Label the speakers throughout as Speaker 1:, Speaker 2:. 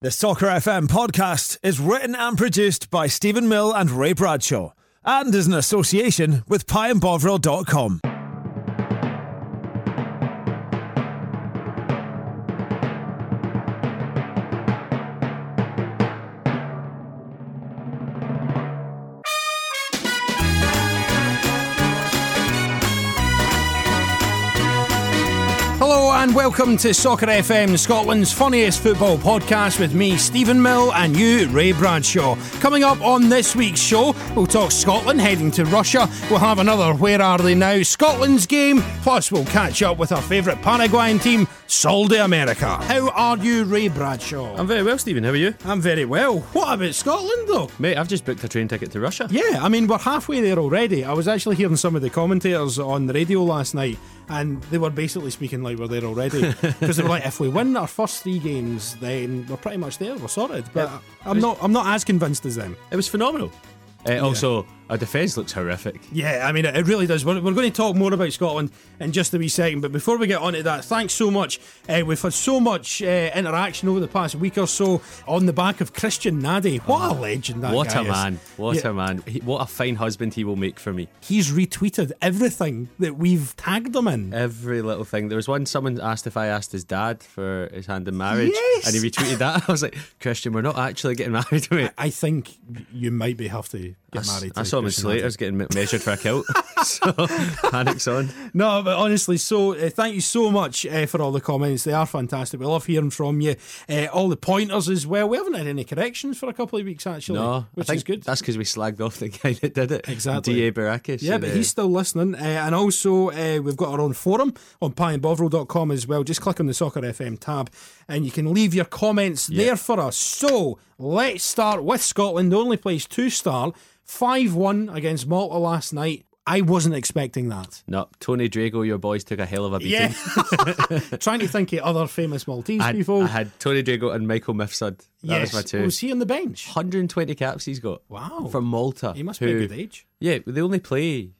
Speaker 1: The Soccer FM podcast is written and produced by Stephen Mill and Ray Bradshaw and is an association with pieandbovril.com.
Speaker 2: Hello and welcome to Soccer FM, Scotland's funniest football podcast with me, Stephen Mill, and you, Ray Bradshaw. Coming up on this week's show, we'll talk Scotland heading to Russia. We'll have another Where Are They Now Scotland's game, plus we'll catch up with our favourite Paraguayan team, Sol de America. How are you, Ray Bradshaw?
Speaker 3: I'm very well, Stephen. How are you?
Speaker 2: I'm very well. What about Scotland, though?
Speaker 3: Mate, I've just booked a train ticket to Russia.
Speaker 2: Yeah, I mean, we're halfway there already. I was actually hearing some of the commentators on the radio last night, and they were basically speaking like we're there already. Because they were like, if we win our first three games, then we're pretty much there, we're sorted. But
Speaker 3: Yeah.
Speaker 2: I'm, not, I'm not as convinced as them.
Speaker 3: It was phenomenal. Uh, Also, our defence looks horrific.
Speaker 2: Yeah, I mean, it it really does. We're, we're going to talk more about Scotland in just a wee second. But before we get on to that, thanks so much. Uh, we've had so much uh, interaction over the past week or so on the back of Christian Nadi. Oh, What a legend that
Speaker 3: What
Speaker 2: guy
Speaker 3: a
Speaker 2: is.
Speaker 3: man. What
Speaker 2: Yeah.
Speaker 3: a man. He- what a fine husband he will make for me.
Speaker 2: He's retweeted everything that we've tagged him in.
Speaker 3: Every little thing. There was one someone asked if I asked his dad for his hand in marriage,
Speaker 2: Yes.
Speaker 3: and he retweeted that. I was like, Christian, we're not actually getting married, mate.
Speaker 2: I think you might be have to get
Speaker 3: I, s-
Speaker 2: married.
Speaker 3: I
Speaker 2: to
Speaker 3: saw him in
Speaker 2: Christian Attic.
Speaker 3: Slater's getting me- measured for a kilt. so, panic's on.
Speaker 2: No, but honestly, so uh, thank you so much uh, for all the comments. They are fantastic. We love hearing from you. Uh, all the pointers as well. We haven't had any corrections for a couple of weeks actually,
Speaker 3: No, I
Speaker 2: which
Speaker 3: think
Speaker 2: is good.
Speaker 3: That's because we slagged off the guy that did it.
Speaker 2: Exactly.
Speaker 3: D.A. Barakis.
Speaker 2: Yeah, but he's still listening. Uh, and also, uh, we've got our own forum on pieandbovril.com as well. Just click on the Soccer FM tab and you can leave your comments there for us. So let's start with Scotland. The only place to start 5 1 against Malta last night. I wasn't expecting that.
Speaker 3: No, Tony Drago, your boys took a hell of a beating.
Speaker 2: Trying to think of other famous Maltese
Speaker 3: I had,
Speaker 2: people.
Speaker 3: I had Tony Drago and Michael Mifsud. That
Speaker 2: yes.
Speaker 3: was my two.
Speaker 2: Was he on the bench?
Speaker 3: 120 caps he's got.
Speaker 2: Wow.
Speaker 3: From Malta.
Speaker 2: He must
Speaker 3: who,
Speaker 2: be a good age.
Speaker 3: Yeah, they only play.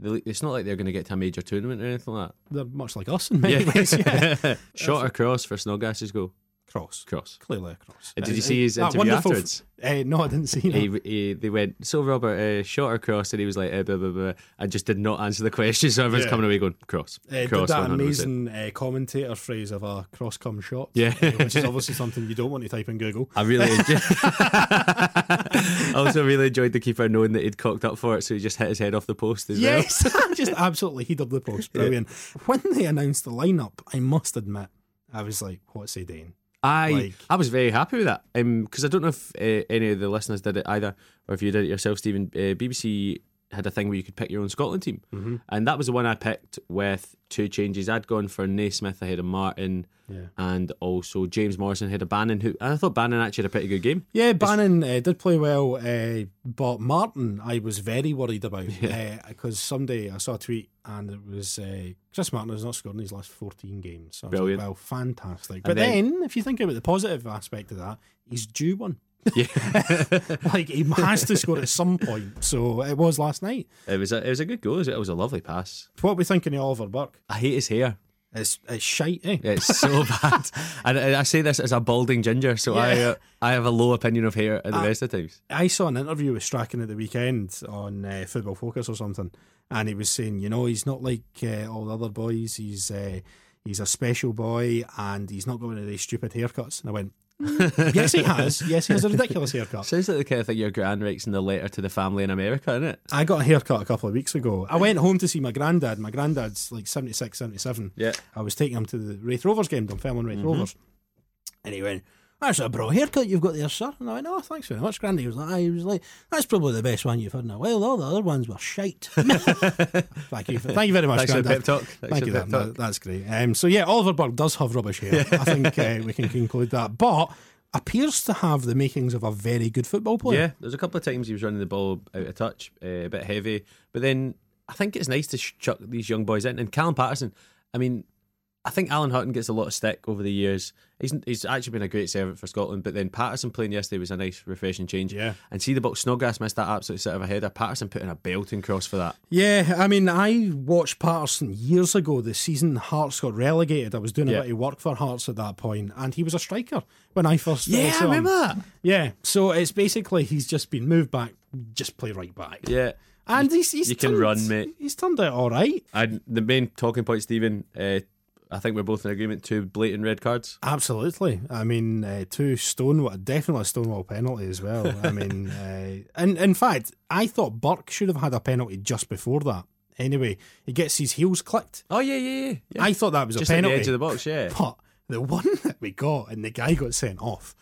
Speaker 3: they- It's not like they're going to get to a major tournament or anything like
Speaker 2: They're much like us in
Speaker 3: that.
Speaker 2: many ways. Yeah.
Speaker 3: Shot across for Snowgass's goal.
Speaker 2: Cross.
Speaker 3: Cross.
Speaker 2: Clearly a cross.
Speaker 3: Uh, did
Speaker 2: Uh,
Speaker 3: you see his
Speaker 2: that
Speaker 3: interview
Speaker 2: wonderful f-
Speaker 3: afterwards?
Speaker 2: Uh, no, I didn't see that.
Speaker 3: He, he, they went, so Robert, uh, shot across, and he was like, uh, blah, blah, blah, and just did not answer the question. So everyone's
Speaker 2: Yeah.
Speaker 3: coming away going, cross.
Speaker 2: Uh, did
Speaker 3: cross.
Speaker 2: that
Speaker 3: 100%."
Speaker 2: amazing uh, commentator phrase of a cross come shot,
Speaker 3: Yeah.
Speaker 2: uh, which is obviously something you don't want to type in Google.
Speaker 3: I really enjoyed I also really enjoyed the keeper knowing that he'd cocked up for it, so he just hit his head off the post as well.
Speaker 2: Yes, just absolutely heated the post. Brilliant. When they announced the lineup, I must admit, I was like, "What's he doing?"
Speaker 3: I
Speaker 2: Like-
Speaker 3: I was very happy with that because I don't know if uh, any of the listeners did it either, or if you did it yourself, Stephen. Uh, BBC had a thing where you could pick your own Scotland team,
Speaker 2: Mm-hmm.
Speaker 3: and that was the one I picked with two changes. I'd gone for Naismith ahead of Martin, and also James Morrison ahead of Bannon. Who and I thought Bannon actually had a pretty good game.
Speaker 2: Yeah, Bannon uh, did play well, uh, but Martin, I was very worried about because someday I saw a tweet and it was uh, Chris Martin has not scored in his last 14 games. So I was like,
Speaker 3: Brilliant.
Speaker 2: well, fantastic. But
Speaker 3: then-
Speaker 2: then, if you think about the positive aspect of that, he's due one. like he has to score at some point. So it was last night.
Speaker 3: It was a, it was a good goal. It was a- it was a lovely pass.
Speaker 2: What are we thinking of Oliver Burke?
Speaker 3: I hate his hair.
Speaker 2: It's, it's shite, eh?
Speaker 3: It's so bad, and, and I say this as a balding ginger, so I uh, I have a low opinion of hair at the best of times.
Speaker 2: I saw an interview with Strachan at the weekend on uh, Football Focus or something, and he was saying, you know, he's not like uh, all the other boys. He's uh, he's a special boy, and he's not going to these stupid haircuts. And I went, "Mm, yes, he has. Yes, he has a ridiculous haircut.
Speaker 3: Sounds like the kind of thing your gran writes in the letter to the family in America, isn't it?
Speaker 2: I got a haircut a couple of weeks ago. I went home to see my granddad. My granddad's like 76, 77.
Speaker 3: Yeah. Mm-hmm.
Speaker 2: I was taking him to the Wraith Rovers game, Dunfermline Wraith Rovers. And he went, That's a bro haircut you've got there, sir. And I went, Oh, thanks very much, Grandy. He was like, "Aye." He was like, That's probably the best one you've had in a while. All the other ones were shite. thank you. For, thank you very much,
Speaker 3: Thanks for the
Speaker 2: Grandad.
Speaker 3: pep talk. Thanks
Speaker 2: thank
Speaker 3: for
Speaker 2: you.
Speaker 3: the
Speaker 2: That,
Speaker 3: pep
Speaker 2: that- that's great. Um, so, yeah, Oliver Burke does have rubbish hair. I think uh, we can conclude that. But appears to have the makings of a very good football player.
Speaker 3: Yeah, there's a couple of times he was running the ball out of touch, uh, a bit heavy. But then I think it's nice to sh- chuck these young boys in. And Callum Patterson, I mean, I think Alan Hutton gets a lot of stick over the years. He's he's actually been a great servant for Scotland, but then Patterson playing yesterday was a nice refreshing change.
Speaker 2: Yeah.
Speaker 3: And see the ball Snodgrass missed that absolute set of a header. Patterson put in a belting cross for that.
Speaker 2: Yeah, I mean, I watched Patterson years ago. The season Hearts got relegated, I was doing a
Speaker 3: Yeah.
Speaker 2: bit of work for Hearts at that point, and he was a striker when I first uh,
Speaker 3: Yeah, I
Speaker 2: saw him.
Speaker 3: remember that.
Speaker 2: Yeah, so it's basically he's just been moved back, just play right back.
Speaker 3: Yeah.
Speaker 2: and he's, he's
Speaker 3: you can
Speaker 2: turned-
Speaker 3: run, mate.
Speaker 2: He's turned out all right.
Speaker 3: And the main talking point, Stephen, uh, I think we're both in agreement to blatant red cards.
Speaker 2: Absolutely. I mean, uh, two Stonewall, definitely a Stonewall penalty as well. I mean, uh, and in fact, I thought Burke should have had a penalty just before that. Anyway, he gets his heels clicked.
Speaker 3: Oh yeah, yeah, yeah. yeah.
Speaker 2: I thought that was
Speaker 3: Just
Speaker 2: a
Speaker 3: at the
Speaker 2: penalty.
Speaker 3: edge of the box, yeah.
Speaker 2: But the one that we got and the guy got sent off.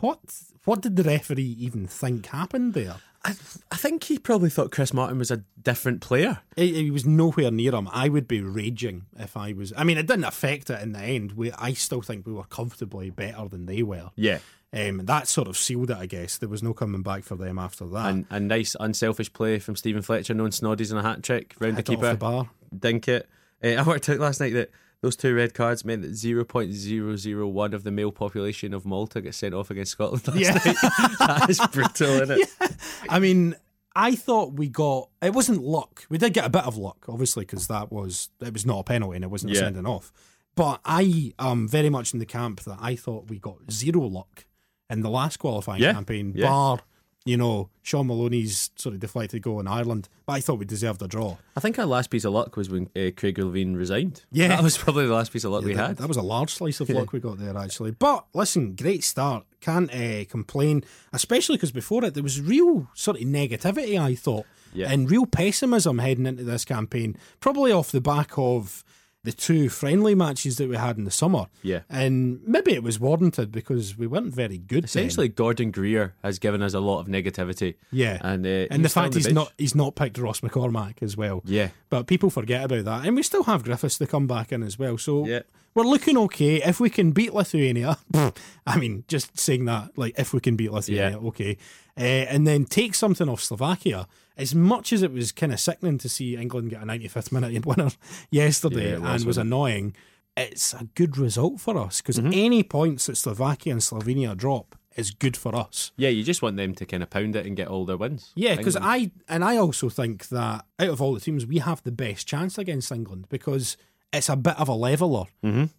Speaker 2: What what did the referee even think happened there?
Speaker 3: I, I think he probably thought Chris Martin was a different player.
Speaker 2: He, he was nowhere near him. I would be raging if I was. I mean, it didn't affect it in the end. We, I still think we were comfortably better than they were.
Speaker 3: Yeah.
Speaker 2: Um, that sort of sealed it, I guess. There was no coming back for them after that.
Speaker 3: And a nice unselfish play from Stephen Fletcher, known Snoddy's on a hat trick round the
Speaker 2: Hit it off
Speaker 3: keeper.
Speaker 2: the bar.
Speaker 3: Dink it. Uh, I worked out last night that those two red cards meant that 0.001 of the male population of Malta gets sent off against Scotland last
Speaker 2: Yeah.
Speaker 3: night. that is brutal, isn't it?
Speaker 2: I mean, I thought we got it wasn't luck. We did get a bit of luck, obviously, because that was it was not a penalty and it wasn't
Speaker 3: Yeah.
Speaker 2: a sending off. But I am very much in the camp that I thought we got zero luck in the last qualifying
Speaker 3: Yeah,
Speaker 2: campaign,
Speaker 3: yeah.
Speaker 2: bar you know Sean Maloney's sort of deflected goal in Ireland. But I thought we deserved a draw.
Speaker 3: I think our last piece of luck was when uh, Craig Levine resigned.
Speaker 2: Yeah.
Speaker 3: That was probably the last piece of luck we
Speaker 2: that,
Speaker 3: had.
Speaker 2: that was a large slice of luck we got there, actually. But listen, great start. Can't uh, complain, especially because before it there was real sort of negativity. I thought,
Speaker 3: Yeah.
Speaker 2: and real pessimism heading into this campaign, probably off the back of the two friendly matches that we had in the summer.
Speaker 3: Yeah.
Speaker 2: and maybe it was warranted because we weren't very good.
Speaker 3: Essentially, Gordon Greer has given us a lot of negativity.
Speaker 2: then. yeah,
Speaker 3: And, uh,
Speaker 2: and the
Speaker 3: still on
Speaker 2: fact he's
Speaker 3: bench.
Speaker 2: not he's not picked Ross McCormack as well.
Speaker 3: Yeah.
Speaker 2: But people forget about that. And we still have Griffiths to come back in as well. So
Speaker 3: Yeah.
Speaker 2: we're looking okay. If we can beat Lithuania, I mean, just saying that, like, if we can beat Lithuania,
Speaker 3: Yeah.
Speaker 2: okay. Uh, and then take something off Slovakia. As much as it was kind of sickening to see England get a 95th minute winner yesterday
Speaker 3: Yeah, it Mm-hmm. was,
Speaker 2: and was
Speaker 3: wasn't
Speaker 2: annoying, it's a good result for us because any points that Slovakia and Slovenia drop is good for us.
Speaker 3: Yeah, you just want them to kind of pound it and get all their wins.
Speaker 2: Yeah, because
Speaker 3: England.
Speaker 2: I and I also think that out of all the teams, we have the best chance against England because it's a bit of a leveler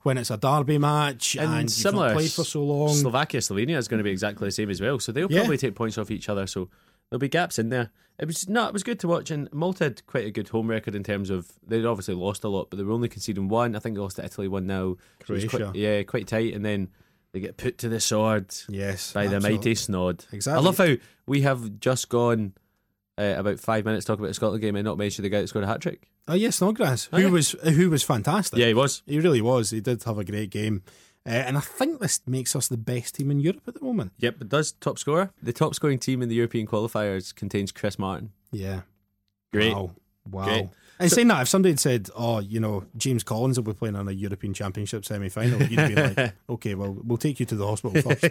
Speaker 2: when it's a derby match and,
Speaker 3: Mm-hmm. and
Speaker 2: you've not
Speaker 3: similar
Speaker 2: played for so long.
Speaker 3: Slovakia, Slovenia is going to be exactly the same as well. So they'll
Speaker 2: Yeah.
Speaker 3: probably take points off each other. So there'll be gaps in there. It was no, it was good to watch. And Malta had quite a good home record in terms of they'd obviously lost a lot, but they were only conceding one. I think they lost to Italy one now.
Speaker 2: Croatia.
Speaker 3: yeah, quite tight. And then they get put to the sword
Speaker 2: yes,
Speaker 3: by the
Speaker 2: absolutely.
Speaker 3: mighty Snod.
Speaker 2: Exactly.
Speaker 3: I love how we have just gone. Uh, about five minutes talking about the Scotland game and not mention the guy that scored a hat trick.
Speaker 2: Oh yes, Snodgrass, who
Speaker 3: yeah.
Speaker 2: was who was fantastic.
Speaker 3: Yeah, he was.
Speaker 2: he really was. He did have a great game, uh, and I think this makes us the best team in Europe at the moment.
Speaker 3: Yep, it does top scorer. The top scoring team in the European qualifiers contains Chris Martin.
Speaker 2: Yeah,
Speaker 3: Great.
Speaker 2: Wow. Wow.
Speaker 3: Great.
Speaker 2: And saying that, if somebody had said, oh, you know, James Collins will be playing in a European Championship semi final, you'd be like, okay, well, we'll take you to the hospital first.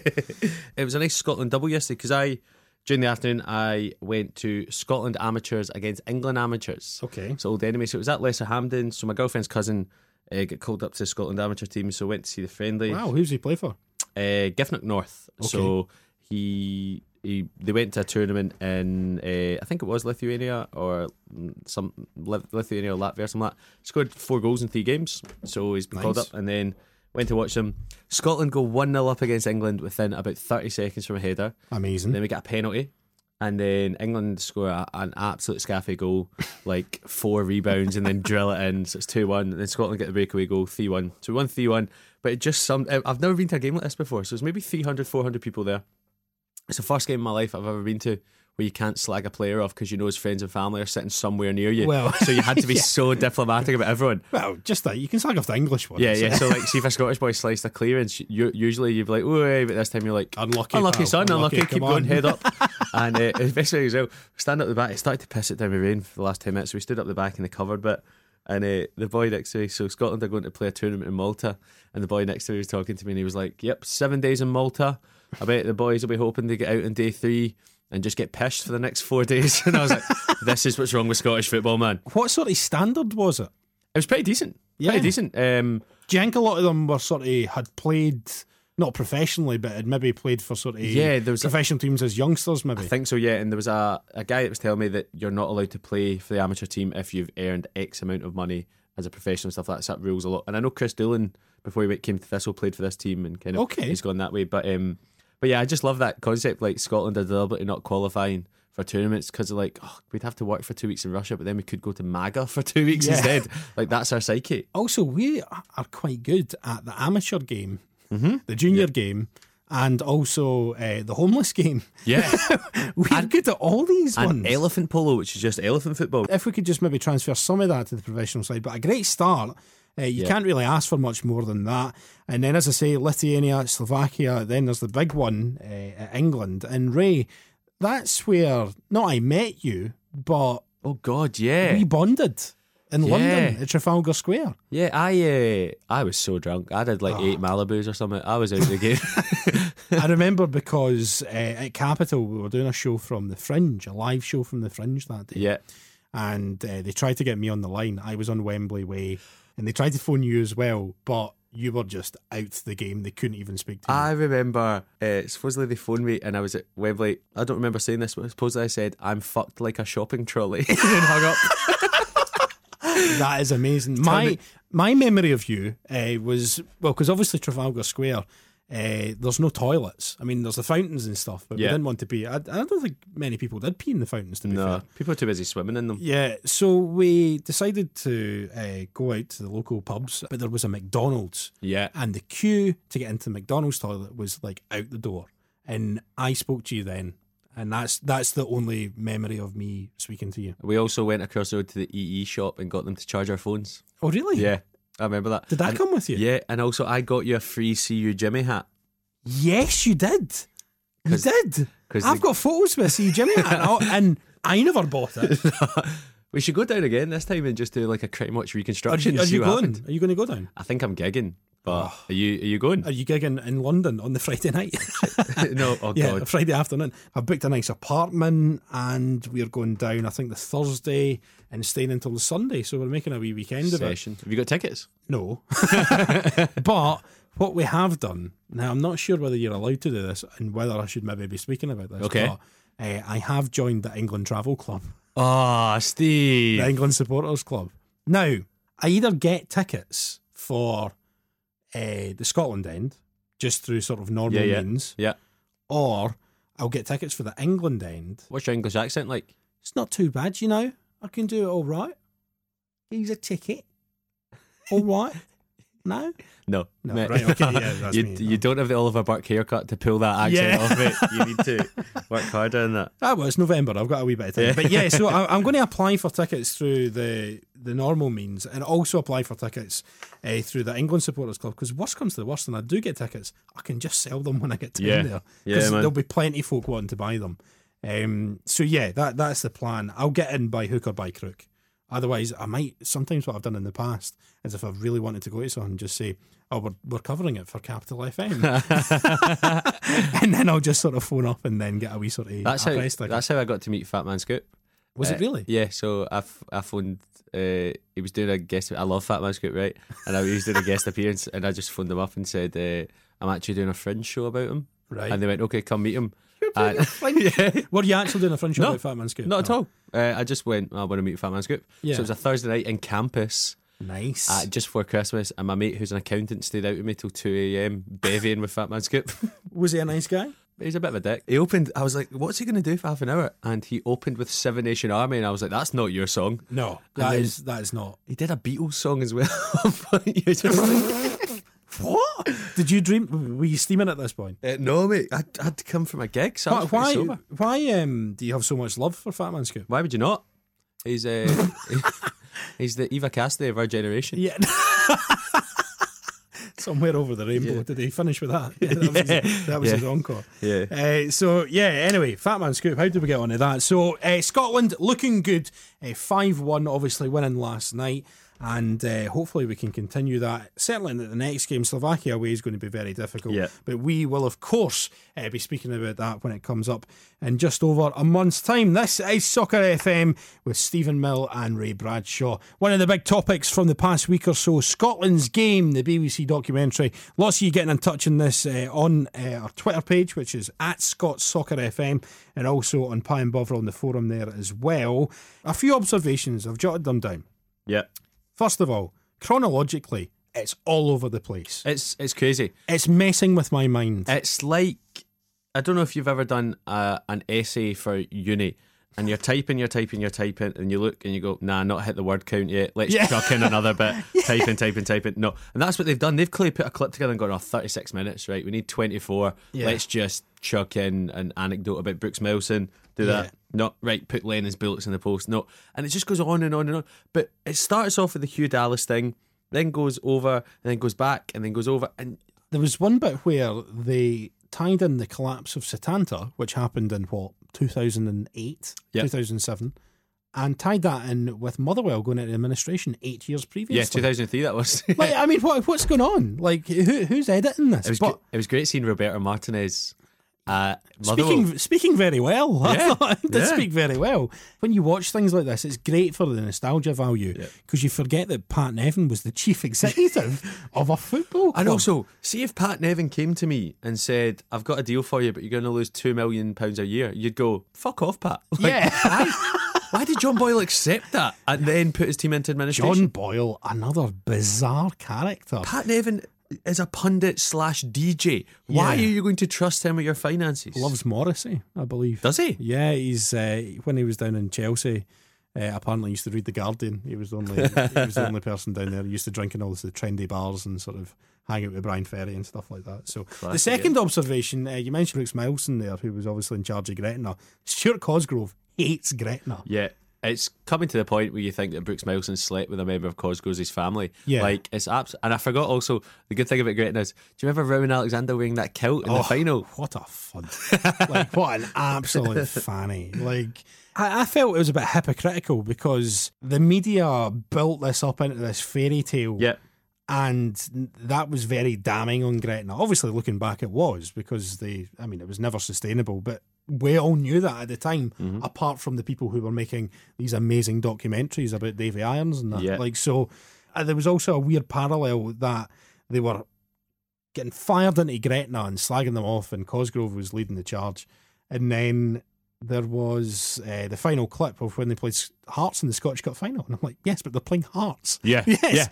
Speaker 3: It was a nice Scotland double yesterday because I, during the afternoon, I went to Scotland amateurs against England amateurs.
Speaker 2: Okay.
Speaker 3: It's old enemy. So it was at Lesser Hamden. So my girlfriend's cousin uh, got called up to the Scotland amateur team. So went to see the friendly.
Speaker 2: Wow, who's he play for?
Speaker 3: Uh, Giffnock North. So he. He, they went to a tournament in uh, I think it was Lithuania or mm, some Lith- Lithuania or Latvia or something like that. Scored four goals in three games, so he's been called
Speaker 2: Nice.
Speaker 3: up and then went to watch them. Scotland go one 0 up against England within about thirty seconds from a header.
Speaker 2: Amazing.
Speaker 3: Then we get a penalty. And then England score a, an absolute scaffy goal, like four rebounds, and then drill it in. So it's 2 1. And then Scotland get the breakaway goal, 3 1. So we won 3 1. But it just some. eh, I've never been to a game like this before. So there's maybe 300, 400 people there. It's the first game in my life I've ever been to where you can't slag a player off because you know his friends and family are sitting somewhere near you.
Speaker 2: Well,
Speaker 3: so you had to be so diplomatic about everyone.
Speaker 2: Well, just that. You can slag off the English one.
Speaker 3: Yeah,
Speaker 2: It's uh,
Speaker 3: yeah. So like, see if a Scottish boy sliced a clearance, you, usually you'd be like, "Ooh," hey," but this time you're like,
Speaker 2: Unlucky,
Speaker 3: unlucky
Speaker 2: pal.
Speaker 3: son, unlucky.
Speaker 2: Unlucky,
Speaker 3: keep
Speaker 2: come
Speaker 3: going,
Speaker 2: on."
Speaker 3: head up." and uh, especially as well, stand up the back. It started to piss it down with rain for the last ten minutes. So we stood up the back in the covered bit, and uh, the boy next to me. So Scotland are going to play a tournament in Malta, and the boy next to me was talking to me, and he was like, "Yep, seven days in Malta. I bet the boys will be hoping to get out on day three and just get pissed for the next four days." And I was like, "This is what's wrong with Scottish football, man."
Speaker 2: What sort of standard was it?
Speaker 3: It was pretty decent.
Speaker 2: Yeah.
Speaker 3: Pretty decent. Um,
Speaker 2: Do you think a lot of them were sort of had played not professionally, but had maybe played for sort of
Speaker 3: Yeah, there was a-
Speaker 2: professional teams as youngsters, maybe?
Speaker 3: I think so, yeah. And there was a, a guy that was telling me that you're not allowed to play for the amateur team if you've earned X amount of money as a professional and stuff like that. So that rules a lot. And I know Chris Doolan, before he went- came to Thistle, played for this team and kind of
Speaker 2: Okay.
Speaker 3: he's gone that way. But um, but yeah, I just love that concept. Like Scotland are deliberately not qualifying for tournaments because like oh, we'd have to work for two weeks in Russia, but then we could go to MAGA for two weeks
Speaker 2: Yeah.
Speaker 3: instead. Like that's our psyche.
Speaker 2: also we are quite good at the amateur game,
Speaker 3: Mm-hmm.
Speaker 2: the junior game, and also uh, the homeless game.
Speaker 3: Yeah,
Speaker 2: We're good at all these
Speaker 3: and
Speaker 2: ones.
Speaker 3: elephant polo, which is just elephant football.
Speaker 2: if we could just maybe transfer some of that to the professional side, but a great start. Uh, you can't really ask for much more than that. And then, as I say, Lithuania, Slovakia, then there's the big one, uh, at England. And Ray, that's where not I met you, but
Speaker 3: Oh God, yeah.
Speaker 2: we bonded in London
Speaker 3: Yeah.
Speaker 2: at Trafalgar Square.
Speaker 3: Yeah, I uh, I was so drunk. I did like eight Malibus or something. I was out of the game.
Speaker 2: I remember because uh, at Capital we were doing a show from the Fringe, a live show from the Fringe that day,
Speaker 3: yeah,
Speaker 2: and uh, they tried to get me on the line. I was on Wembley Way, and they tried to phone you as well, but you were just out the game. They couldn't even speak to you.
Speaker 3: I remember. Uh, supposedly they phoned me and I was at Wembley. I don't remember saying this, but supposedly I said I'm fucked like a shopping trolley and hung up.
Speaker 2: that is amazing. My my memory of you uh, was well because obviously Trafalgar Square. Uh, there's no toilets. I mean, there's the fountains and stuff, but we
Speaker 3: Yeah.
Speaker 2: didn't want to pee. I, I don't think many people did pee in the fountains. To be fair,
Speaker 3: No, people are too busy swimming in them.
Speaker 2: Yeah, so we decided to uh, go out to the local pubs, but there was a McDonald's,
Speaker 3: Yeah,
Speaker 2: and the queue to get into the McDonald's toilet was like out the door. And I spoke to you then, and that's that's the only memory of me speaking to you.
Speaker 3: we also went across the road to the EE shop and got them to charge our phones.
Speaker 2: Oh, really?
Speaker 3: Yeah, I remember that.
Speaker 2: Did that
Speaker 3: And-
Speaker 2: come with you?
Speaker 3: Yeah, and also I got you a free CU Jimmy hat.
Speaker 2: Yes, you did. You
Speaker 3: 'Cause-
Speaker 2: did.
Speaker 3: 'cause
Speaker 2: I've
Speaker 3: the-
Speaker 2: got photos with see Jimmy, and I- and I never bought it.
Speaker 3: we should go down again this time and just do like a pretty much
Speaker 2: Are
Speaker 3: reconstruction.
Speaker 2: you, are
Speaker 3: see
Speaker 2: you
Speaker 3: what
Speaker 2: going?
Speaker 3: happened.
Speaker 2: Are you going to go down?
Speaker 3: I think I'm gigging, but are you are you going?
Speaker 2: Are you gigging in London on the Friday night?
Speaker 3: no, oh
Speaker 2: Yeah,
Speaker 3: god.
Speaker 2: Friday afternoon. I've booked a nice apartment and we're going down, I think, the Thursday and staying until the Sunday. So we're making a wee weekend of it.
Speaker 3: Session. Have you got tickets?
Speaker 2: No. but what we have done, now I'm not sure whether you're allowed to do this and whether I should maybe be speaking about this.
Speaker 3: Okay.
Speaker 2: But, uh, I have joined the England Travel Club,
Speaker 3: Ah, Steve.
Speaker 2: the England Supporters Club. Now, I either get tickets for uh, the Scotland end just through sort of normal
Speaker 3: Yeah, yeah.
Speaker 2: means,
Speaker 3: Yeah.
Speaker 2: or I'll get tickets for the England end.
Speaker 3: What's your English accent like?
Speaker 2: It's not too bad, you know. I can do it all right. He's a ticket. All right. No.
Speaker 3: No.
Speaker 2: No,
Speaker 3: mate.
Speaker 2: right, okay, yeah, that's
Speaker 3: you,
Speaker 2: me,
Speaker 3: you
Speaker 2: no.
Speaker 3: don't have the Oliver Burke haircut to pull that accent
Speaker 2: Yeah.
Speaker 3: off it. You need to work harder on that.
Speaker 2: Ah, well, it's November. I've got a wee bit of time. But yeah, so I, I'm going to apply for tickets through the the normal means and also apply for tickets uh, through the England Supporters Club because worst comes to the worst, and I do get tickets, I can just sell them when I get down
Speaker 3: Yeah.
Speaker 2: there
Speaker 3: Yeah,
Speaker 2: because
Speaker 3: man.
Speaker 2: there'll be plenty of folk wanting to buy them. Um, so yeah, that that's the plan. I'll get in by hook or by crook. Otherwise, I might. Sometimes what I've done in the past is if I've really wanted to go to something, just say, "Oh, we're we're covering it for Capital FM," and then I'll just sort of phone up and then get a wee sort of
Speaker 3: That's
Speaker 2: a
Speaker 3: how
Speaker 2: price ticket.
Speaker 3: that's how I got to meet Fat Man Scoop.
Speaker 2: Was it
Speaker 3: Uh,
Speaker 2: really?
Speaker 3: Yeah, so I, f- I phoned. Uh, he was doing a guest. I love Fat Man Scoop, right? And I he was doing a guest appearance, and I just phoned him up and said, uh, "I'm actually doing a fringe show about him."
Speaker 2: Right.
Speaker 3: And they went, "Okay, come meet him." And-
Speaker 2: Were you actually doing a friendship
Speaker 3: No,
Speaker 2: about Fat Man's Scoop?
Speaker 3: Not at all. Uh, I just went. I want to meet Fat Man Scoop.
Speaker 2: Yeah.
Speaker 3: So it was a Thursday night in campus.
Speaker 2: Nice.
Speaker 3: Uh, just for Christmas, and my mate, who's an accountant, stayed out with me till 2 a.m. bevying with Fat Man Scoop.
Speaker 2: was he a nice guy?
Speaker 3: He's a bit of a dick. He opened, I was like, what's he going to do for half an hour? And he opened with Seven Nation Army, and I was like, that's not your song.
Speaker 2: No,
Speaker 3: And
Speaker 2: that
Speaker 3: then-
Speaker 2: is that is not.
Speaker 3: He did a Beatles song as well. But you're just like,
Speaker 2: What? Did you dream? Were you steaming at this point?
Speaker 3: "Eh, no, mate, I had to come from a gig, so I was
Speaker 2: Why?
Speaker 3: pretty
Speaker 2: Why,
Speaker 3: sober.
Speaker 2: why um, do you have so much love for Fat Man Scoop?
Speaker 3: Why would you not? He's uh, he's the Eva Cassidy of our generation.
Speaker 2: Yeah. Somewhere over the rainbow. Did he finish with that? Yeah, that was, his, that was
Speaker 3: Yeah.
Speaker 2: his encore.
Speaker 3: Yeah.
Speaker 2: Uh, so yeah. Anyway, Fat Man Scoop. How did we get uh, onto that? So uh, Scotland looking good. Five one, obviously winning last night. and uh, hopefully we can continue that. Certainly, that the next game, Slovakia away, is going to be very difficult.
Speaker 3: Yeah.
Speaker 2: But we will, of course, uh, be speaking about that when it comes up in just over a month's time. This is Soccer FM with Stephen Mill and Ray Bradshaw. One of the big topics from the past week or so Scotland's game, the BBC documentary. Lots of you getting in touch on this uh, on uh, our Twitter page, which is at Scots Soccer FM, and also on Pie and Bovril on the forum there as well. A few observations, I've jotted them down.
Speaker 3: Yeah.
Speaker 2: First of all, chronologically, it's all over the place.
Speaker 3: It's it's crazy.
Speaker 2: It's messing with my mind.
Speaker 3: It's like I don't know if you've ever done uh, an essay for uni. And you're typing, you're typing, you're typing, and you look and you go, nah, not hit the word count yet. Let's
Speaker 2: Yeah.
Speaker 3: chuck in another bit. Typing, typing, typing. No. And that's what they've done. They've clearly put a clip together and gone, oh, 36 minutes, right? We need 24.
Speaker 2: Yeah.
Speaker 3: Let's just chuck in an anecdote about Brooks Melson. Do
Speaker 2: Yeah.
Speaker 3: that. No, right, put Lennon's bullets in the post. No. And it just goes on and on and on. But it starts off with the Hugh Dallas thing, then goes over, and then goes back, and then goes over. And
Speaker 2: There was one bit where they tied in the collapse of Satanta, which happened in what, 2008,
Speaker 3: Yeah.
Speaker 2: 2007, and tied that in with Motherwell going into administration eight years
Speaker 3: yeah,
Speaker 2: previously.
Speaker 3: 2003 that was.
Speaker 2: like, I mean, what, what's going on? Like, who, who's editing this?
Speaker 3: It was,
Speaker 2: But-
Speaker 3: gr- it was great seeing Roberto Martinez. Uh, Motherwell.
Speaker 2: Speaking, speaking very well. I
Speaker 3: Yeah,
Speaker 2: thought he did
Speaker 3: yeah.
Speaker 2: speak very well. When you watch things like this, it's great for the nostalgia value because you forget that Pat Nevin was the chief executive of a football club.
Speaker 3: and also, see if Pat Nevin came to me and said, "I've got a deal for you, but you're going to lose two million pounds a year," you'd go, "Fuck off, Pat." Like,
Speaker 2: Yeah.
Speaker 3: aye. why did John Boyle accept that and then put his team into administration?
Speaker 2: John Boyle, another bizarre character.
Speaker 3: Pat Nevin is a pundit slash DJ. Why
Speaker 2: Yeah.
Speaker 3: are you going to trust him with your finances?
Speaker 2: Loves Morrissey, I believe.
Speaker 3: Does he?
Speaker 2: Yeah, he's uh, when he was down in Chelsea. Uh, apparently, he used to read the Guardian. He was the only he was the only person down there. He used to drink in all the trendy bars and sort of hang out with Brian Ferry and stuff like that. So the second observation uh, you mentioned, Luke Mileson there, who was obviously in charge of Gretna. Stuart Cosgrove hates Gretna.
Speaker 3: Yeah. It's coming to the point where you think that Brooks Mileson slept with a member of Cosgrove's family.
Speaker 2: Yeah.
Speaker 3: Like, it's abs- And I forgot also the good thing about Gretna is do you remember Rowan Alexander wearing that kilt
Speaker 2: Oh.
Speaker 3: in the final?
Speaker 2: What a fud. like, what an absolute fanny. Like, I, I felt it was a bit hypocritical because the media built this up into this fairy tale.
Speaker 3: Yeah.
Speaker 2: and that was very damning on Gretna. Obviously, looking back, it was because they, I mean, it was never sustainable, but we all knew that at the time, apart from the people who were making these amazing documentaries about Davy Irons and that.
Speaker 3: Yeah.
Speaker 2: Like, so uh, there was also a weird parallel that they were getting fired into Gretna and slagging them off, and Cosgrove was leading the charge. And then there was uh, the final clip of when they played Hearts in the Scottish Cup final. And I'm like, yes, but they're playing Hearts.
Speaker 3: Yeah,
Speaker 2: Yes.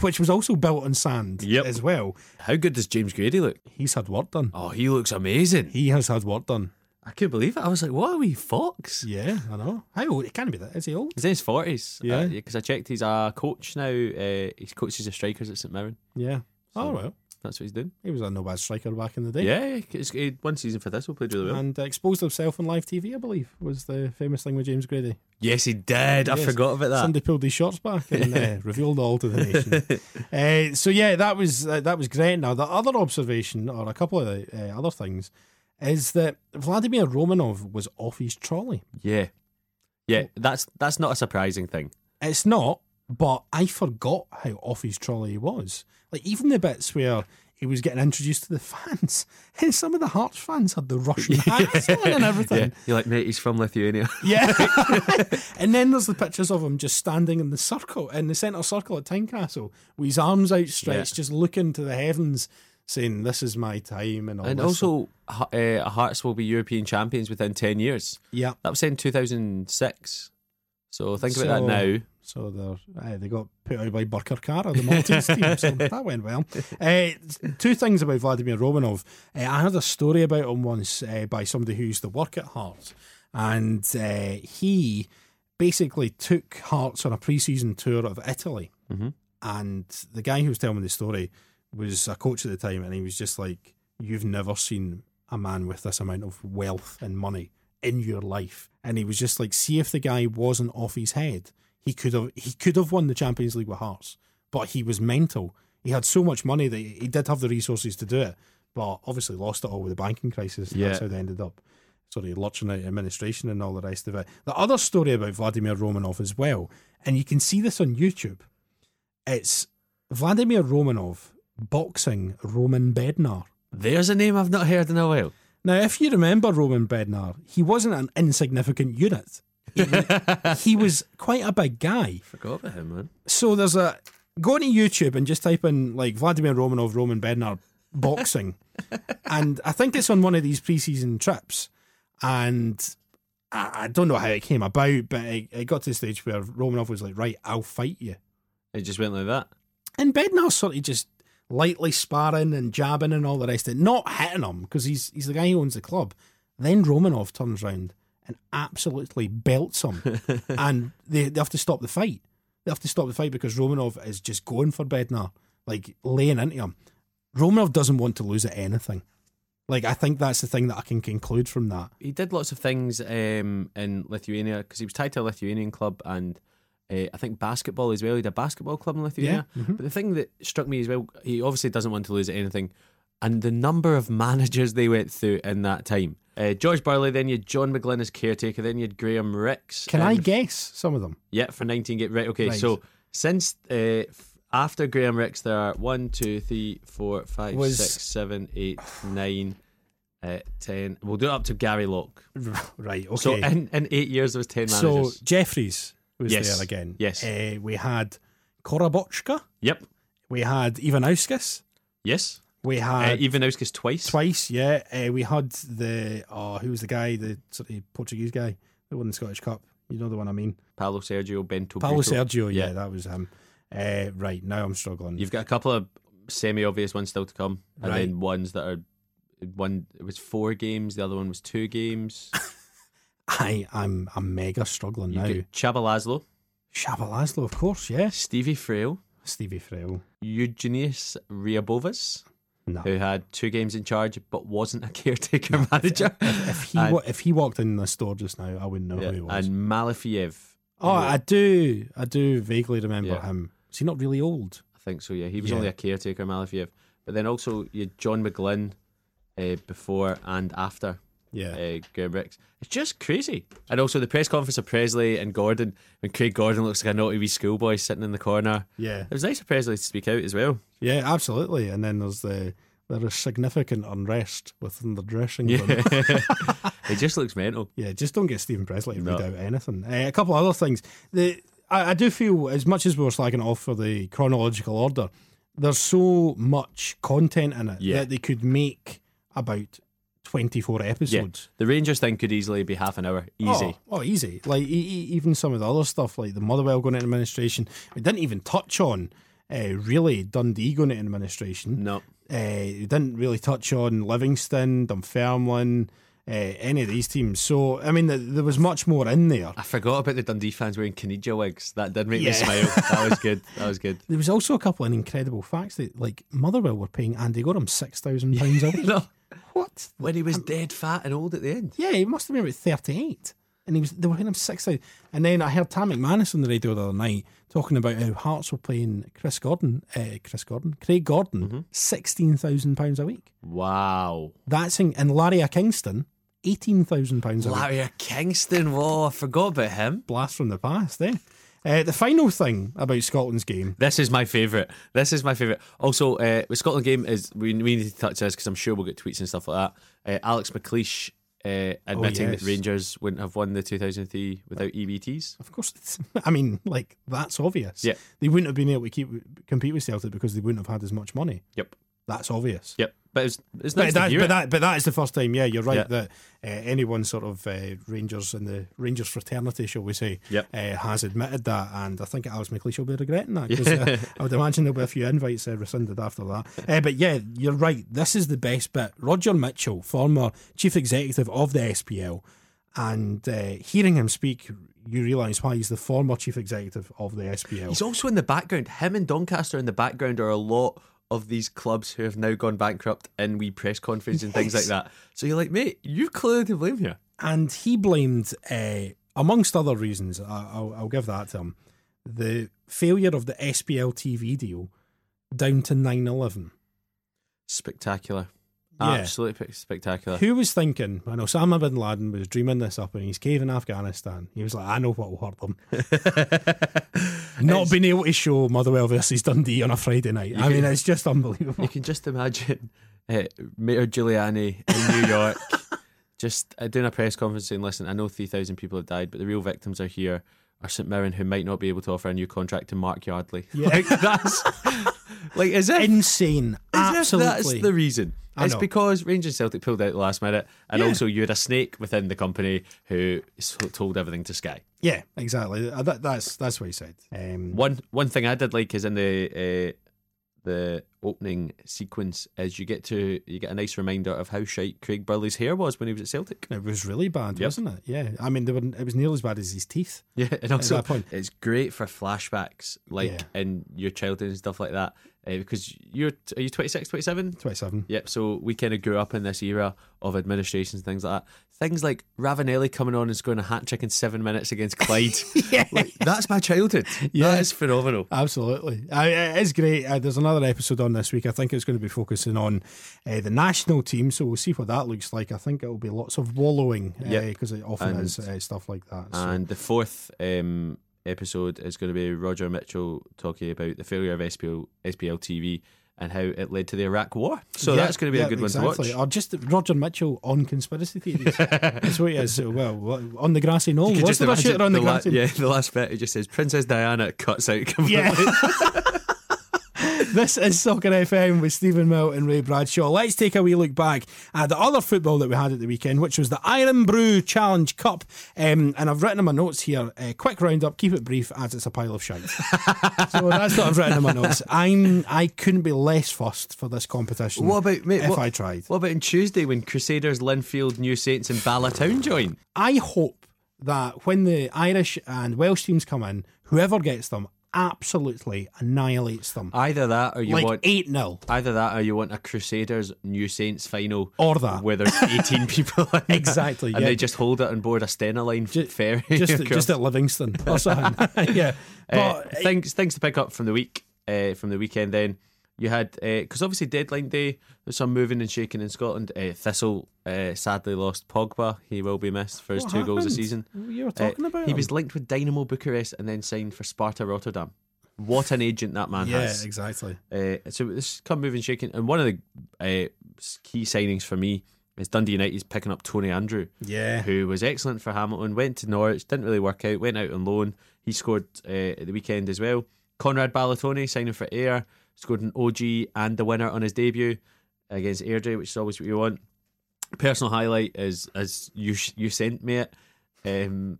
Speaker 2: Which was also built on sand
Speaker 3: Yep.
Speaker 2: as well.
Speaker 3: How good does James Grady look?
Speaker 2: He's had work done.
Speaker 3: Oh, he looks amazing.
Speaker 2: He has had work done.
Speaker 3: I couldn't believe it. I was like, what a wee fox?
Speaker 2: Yeah, I know. How old? It can't be that. Is he old?
Speaker 3: He's in his 40s.
Speaker 2: Yeah.
Speaker 3: Because I checked he's a coach now. Uh, he coaches the strikers at St Mirren.
Speaker 2: Yeah. oh, well.
Speaker 3: That's what he's doing.
Speaker 2: He was a no bad striker back in the day.
Speaker 3: Yeah. 'cause he had one season for Thistle, played really well.
Speaker 2: And uh, exposed himself on live TV, I believe, was the famous thing with James Grady.
Speaker 3: yes, he did. I
Speaker 2: Yes.
Speaker 3: forgot about that.
Speaker 2: Somebody pulled his shorts back and uh, revealed all to the nation. uh, so yeah, that was uh, that was great. Now the other observation, or a couple of uh, other things, is that Vladimir Romanov was off his trolley.
Speaker 3: Yeah. Yeah.
Speaker 2: Oh.
Speaker 3: That's, that's not a surprising thing.
Speaker 2: It's not, but I forgot how off his trolley he was. Like even the bits where he was getting introduced to the fans, and some of the Hearts fans had the Russian hats on and everything.
Speaker 3: You're like, mate, he's from Lithuania.
Speaker 2: Yeah. and then there's the pictures of him just standing in the circle, in the centre circle at Tynecastle, with his arms outstretched,
Speaker 3: Yeah.
Speaker 2: just looking to the heavens, saying, This is my time. And, all
Speaker 3: And
Speaker 2: this stuff.
Speaker 3: also, Ha- uh, Hearts will be European champions within 10 years.
Speaker 2: yeah.
Speaker 3: That was in 2006. So think about that
Speaker 2: So-
Speaker 3: now.
Speaker 2: So they're, uh, they got put out by Burker Cara, the Maltese team. So that went well. Uh, two things about Vladimir Romanov. Uh, I had a story about him once uh, by somebody who used to work at Hearts, and uh, he basically took Hearts on a pre-season tour of Italy. And the guy who was telling me the story was a coach at the time, and he was just like, "You've never seen a man with this amount of wealth and money in your life." And he was just like, "See if the guy wasn't off his head, he could have he could have won the Champions League with Hearts, but he was mental. He had so much money that he did have the resources to do it, but obviously lost it all with the banking crisis. And That's
Speaker 3: Yeah.
Speaker 2: how they ended up." Sort of lurching out of administration and all the rest of it. The other story about Vladimir Romanov as well, and you can see this on YouTube It's Vladimir Romanov boxing Roman Bednar.
Speaker 3: There's a name I've not heard in a while.
Speaker 2: Now, if you remember Roman Bednar, he wasn't an insignificant unit. He, he was quite a big guy.
Speaker 3: Forgot about him, man.
Speaker 2: So there's a go to YouTube and just type in like Vladimir Romanov, Roman Bednar boxing, and I think it's on one of these preseason trips, and. I I don't know how it came about, but it, it got to the stage where Romanov was like, "Right, I'll fight you,"
Speaker 3: It just went like that.
Speaker 2: And Bednar's sort of just lightly sparring and jabbing and all the rest of it, not hitting him because he's he's the guy who owns the club. Then Romanov turns round and absolutely belts him, and they, they have to stop the fight. They have to stop the fight because Romanov is just going for Bednar, like laying into him. Romanov doesn't want to lose at anything. Like I think that's the thing that I can conclude from that.
Speaker 3: He did lots of things um, in Lithuania because he was tied to a Lithuanian club and uh, I think basketball as well. He had a basketball club in Lithuania.
Speaker 2: mm-hmm.
Speaker 3: But the thing that struck me as well, he obviously doesn't want to lose at anything. And the number of managers they went through in that time. Uh, George Burley, then you had John McGlynn as caretaker, then you had Graham Ricks.
Speaker 2: Can
Speaker 3: and
Speaker 2: I guess some of them?
Speaker 3: Yeah, for 19 get right. Okay,
Speaker 2: Right.
Speaker 3: so since uh, f- after Graham Ricks, there are one, two, three, four, five,
Speaker 2: Was-
Speaker 3: six, seven, eight, nine, uh, 10. We'll do it up to Gary Locke.
Speaker 2: Right. Okay.
Speaker 3: So in, in eight years, there was 10
Speaker 2: eh, So
Speaker 3: managers.
Speaker 2: Jeffries was
Speaker 3: Yes.
Speaker 2: there again.
Speaker 3: Yes.
Speaker 2: Uh, we had Korobotchka.
Speaker 3: yep.
Speaker 2: We had Ivanauskas.
Speaker 3: Yes.
Speaker 2: We
Speaker 3: Uh,
Speaker 2: had
Speaker 3: Ivanauskas twice.
Speaker 2: twice. Yeah. Uh, we had the oh, who was the guy? The sort of Portuguese guy that won the Scottish Cup. You know the one I mean.
Speaker 3: Paulo Sergio, Bento.
Speaker 2: Paulo
Speaker 3: Brito.
Speaker 2: Sergio. Yeah,
Speaker 3: Yeah.
Speaker 2: that was him. Uh, right now I'm struggling.
Speaker 3: You've got a couple of semi obvious ones still to come, and
Speaker 2: Right.
Speaker 3: then ones that are. One it was four games, the other one was two games.
Speaker 2: I I'm I'm mega struggling
Speaker 3: You
Speaker 2: now.
Speaker 3: get Chaba Laszlo,
Speaker 2: Shabba Laszlo, of course. Yes.
Speaker 3: Stevie Frail,
Speaker 2: Stevie Frail.
Speaker 3: Eugenius Riabovas,
Speaker 2: No.
Speaker 3: who had two games in charge but wasn't a caretaker manager,
Speaker 2: If he
Speaker 3: and-
Speaker 2: wa- if he walked in the store just now, I wouldn't know
Speaker 3: Yeah,
Speaker 2: who he was.
Speaker 3: and Malafiev.
Speaker 2: Oh, I do. I do vaguely remember
Speaker 3: Yeah.
Speaker 2: him. Is he not really old?
Speaker 3: I think so. Yeah, he was
Speaker 2: Yeah.
Speaker 3: only a caretaker, Malafiev. But then also you had John McGlynn uh, before and after
Speaker 2: Yeah.
Speaker 3: uh, Graham Bricks. It's just crazy. And also the press conference of Presley and Gordon when Craig Gordon looks like a naughty wee schoolboy sitting in the corner.
Speaker 2: Yeah.
Speaker 3: It was nice of Presley to speak out as well.
Speaker 2: Yeah, absolutely. And then there's the there is significant unrest within the dressing room.
Speaker 3: Yeah. he just looks mental.
Speaker 2: Yeah, just don't get Stephen Presley to
Speaker 3: No.
Speaker 2: read out anything. Uh, a couple of other things. The I, I do feel as much as we were slacking off for the chronological order, there's so much content in it
Speaker 3: Yeah.
Speaker 2: that they could make about twenty four episodes.
Speaker 3: The Rangers thing could easily be half an hour. Easy.
Speaker 2: Oh, oh, easy. Like e- e- even some of the other stuff, like the Motherwell going into administration, we didn't even touch on. Uh, really, Dundee going into administration.
Speaker 3: No.
Speaker 2: Uh, we didn't really touch on Livingston, Dunfermline, uh, any of these teams. So, I mean, th- there was much more in there.
Speaker 3: I forgot about the Dundee fans wearing Caniggia wigs. That did make
Speaker 2: Yeah.
Speaker 3: me smile. That was good. That was good.
Speaker 2: There was also a couple of incredible facts that, like, Motherwell were paying Andy Gorham £6,000 a week.
Speaker 3: No.
Speaker 2: What?
Speaker 3: When he was dead fat and old at the end.
Speaker 2: Yeah, he must have been about 38. And he was they were paying him 6,000. And then I heard Tam McManus on the radio the other night talking about how Hearts were playing Chris Gordon, uh, Chris Gordon, Craig Gordon, £16,000 a week.
Speaker 3: Wow.
Speaker 2: That's in, and Larry Kingston, £18,000 a week.
Speaker 3: Larry Kingston. Whoa, I forgot about him.
Speaker 2: blast from the past, eh? Uh, the final thing about Scotland's game,
Speaker 3: This is my favourite. This is my favourite. Also, uh, the Scotland game is we, we need to touch this because I'm sure we'll get tweets and stuff like that. Uh, Alex McLeish uh, admitting
Speaker 2: yes.
Speaker 3: that Rangers wouldn't have won the 2003 without E EBTs.
Speaker 2: of course, it's, I mean, like that's obvious.
Speaker 3: Yeah.
Speaker 2: they wouldn't have been able to keep compete with Celtic because they wouldn't have had as much money.
Speaker 3: Yep,
Speaker 2: That's obvious.
Speaker 3: yep. But it's it's
Speaker 2: But
Speaker 3: nice to
Speaker 2: that,
Speaker 3: hear
Speaker 2: but
Speaker 3: it.
Speaker 2: that, but that is the first time. Yeah, you're right.
Speaker 3: Yeah.
Speaker 2: That uh, anyone sort of uh, Rangers in the Rangers fraternity, shall we say,
Speaker 3: Yep.
Speaker 2: uh, has admitted that, and I think Alex McLeish will be regretting that. 'cause, uh, I would imagine there'll be a few invites uh, rescinded after that. Uh, but yeah, you're right. This is the best bit. Roger Mitchell, former chief executive of the SPL, and uh, hearing him speak, you realise why he's the former chief executive of the SPL.
Speaker 3: He's also in the background. Him and Doncaster in the background are a lot of these clubs who have now gone bankrupt in wee press conferences and things like that. So you're like, mate, you're clearly to blame here.
Speaker 2: and he blamed, uh, amongst other reasons, I, I'll, I'll give that to him, the failure of the SPL TV deal down to 9 11.
Speaker 3: Spectacular.
Speaker 2: Yeah.
Speaker 3: Absolutely pe- spectacular.
Speaker 2: Who was thinking when Osama bin Laden was dreaming this up and he's caving Afghanistan? He was like, I know what will hurt them. not being able to show Motherwell versus Dundee on a Friday night. I mean, it's just unbelievable.
Speaker 3: You can just imagine uh, Mayor Giuliani in New York just uh, doing a press conference saying, listen, I know 3,000 people have died, but the real victims are here are St Mirren, who might not be able to offer a new contract to Mark Yardley. Like, that's like, is it?
Speaker 2: Insane. Absolutely.
Speaker 3: That's the reason.
Speaker 2: I
Speaker 3: it's
Speaker 2: know.
Speaker 3: because Rangers Celtic pulled out the last minute, and
Speaker 2: Yeah.
Speaker 3: also you had a snake within the company who s- told everything to Sky.
Speaker 2: yeah, exactly. Uh, That, that's that's what he said. Um,
Speaker 3: One one thing I did like is in the uh, the opening sequence is you get to you get a nice reminder of how shite Craig Burley's hair was when he was at Celtic.
Speaker 2: It was really bad, wasn't it? Yeah. I mean, they were, it was nearly as bad as his teeth.
Speaker 3: Yeah, and also
Speaker 2: that point.
Speaker 3: it's great for flashbacks, like
Speaker 2: Yeah.
Speaker 3: in your childhood and stuff like that, uh, because you're are you 26, 27?
Speaker 2: 27.
Speaker 3: Yep. So we kind of grew up in this era of administrations, things like that. Things like Ravenelli coming on and scoring a hat trick in seven minutes against Clyde. yeah. that's my childhood.
Speaker 2: Yeah.
Speaker 3: That is phenomenal.
Speaker 2: Absolutely. Uh, it is great. Uh, there's another episode on this week. I think it's going to be focusing on uh, the national team, so we'll see what that looks like. I think it'll be lots of wallowing
Speaker 3: Yep.
Speaker 2: because it often
Speaker 3: And-
Speaker 2: is uh, stuff like that. So.
Speaker 3: And the fourth um, episode is going to be Roger Mitchell talking about the failure of SPL, SPL TV and how it led to the Iraq War. So
Speaker 2: Yeah,
Speaker 3: that's going to be
Speaker 2: yeah,
Speaker 3: a good
Speaker 2: exactly. Oh,
Speaker 3: one to watch.
Speaker 2: Or just Roger Mitchell on conspiracy theories. That's what he is. So, well, what- on the grassy knoll.
Speaker 3: You can
Speaker 2: What's
Speaker 3: just
Speaker 2: the
Speaker 3: imagine
Speaker 2: shit on the,
Speaker 3: la-
Speaker 2: grassy
Speaker 3: yeah, the last bit it just says Princess Diana cuts out completely.
Speaker 2: Yeah. this is Soccer FM with Stephen Mill and Ray Bradshaw. Let's take a wee look back at the other football that we had at the weekend, which was the Iron Brew Challenge Cup. Um, and I've written in my notes here, a quick roundup, keep it brief, as it's a pile of shite. so that's what I've written in my notes. I'm, I couldn't be less fussed for this competition
Speaker 3: What about mate,
Speaker 2: if
Speaker 3: what-
Speaker 2: I tried.
Speaker 3: What about on Tuesday when Crusaders, Linfield, New Saints, and Ballatown join?
Speaker 2: I hope that when the Irish and Welsh teams come in, whoever gets them absolutely annihilates them.
Speaker 3: Either that, or you
Speaker 2: like
Speaker 3: want
Speaker 2: 8 0.
Speaker 3: either that, or you want a Crusaders, New Saints final,
Speaker 2: Or that.
Speaker 3: where there's 18 people. in it,
Speaker 2: Exactly,
Speaker 3: and
Speaker 2: yeah.
Speaker 3: they just hold it on board a Stena line ferry.
Speaker 2: just
Speaker 3: across.
Speaker 2: just at Livingston or something. yeah,
Speaker 3: Uh,
Speaker 2: but
Speaker 3: things things to pick up from the week uh, from the weekend. Then you had because obviously deadline day. There's some moving and shaking in Scotland. Uh, Thistle uh, sadly lost Pogba. He will be missed for his
Speaker 2: What
Speaker 3: two goals a
Speaker 2: happened?
Speaker 3: season. Uh,
Speaker 2: You were talking about
Speaker 3: he
Speaker 2: him.
Speaker 3: was linked with Dynamo Bucharest and then signed for Sparta Rotterdam. What an agent that man
Speaker 2: yeah,
Speaker 3: has!
Speaker 2: exactly.
Speaker 3: Uh, so this come moving shaking, and one of the uh, s- key signings for me is Dundee United's picking up Tony Andrew,
Speaker 2: Yeah,
Speaker 3: who was excellent for Hamilton. Went to Norwich, didn't really work out. Went out on loan. He scored uh, at the weekend as well. Conrad Ballatoni signing for Ayr scored an OG and the winner on his debut against Airdrie, which is always what you want. Personal highlight is as you sh- you sent me it. Um,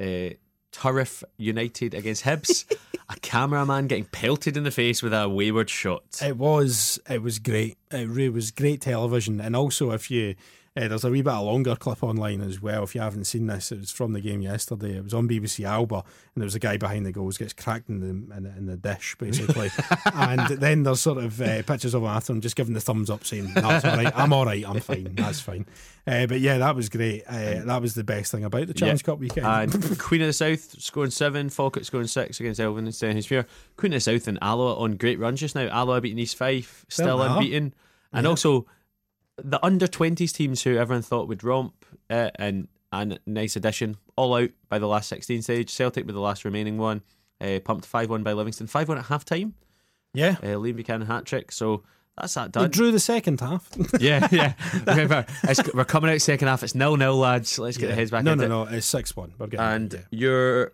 Speaker 3: uh, Turriff United against Hibs. a cameraman getting pelted in the face with a wayward shot.
Speaker 2: it was it was great. It really was great television, and also if you. Uh, there's a wee bit of longer clip online as well. If you haven't seen this, it was from the game yesterday. It was on BBC Alba, and there was a guy behind the goals gets cracked in the in, the- in the dish basically, and then there's sort of uh, pictures of him after him just giving the thumbs up, saying that's all right, I'm all right, I'm fine, that's fine. Uh, but yeah, that was great. Uh, that was the best thing about the Challenge Cup weekend.
Speaker 3: And Queen of the South scoring seven, Falkirk scoring six against Elvin and Stevenage Queen of the South and Alloa on great runs just now. Alloa beating East Fife, still
Speaker 2: are.
Speaker 3: unbeaten. And also the under 20s teams who everyone thought would romp uh, and, and nice addition. All out by the last 16 stage. Celtic with the last remaining one. Uh, pumped 5 1 by Livingston. 5 1 at half time.
Speaker 2: yeah,
Speaker 3: Uh, Liam Buchanan hat trick. So that's that
Speaker 2: They
Speaker 3: done.
Speaker 2: drew the second half.
Speaker 3: yeah, yeah. Remember, it's, we're coming out second half. It's nil nil, lads. Let's get the heads back
Speaker 2: No,
Speaker 3: into
Speaker 2: no,
Speaker 3: it.
Speaker 2: no. It's six one. We're getting
Speaker 3: and
Speaker 2: yeah.
Speaker 3: your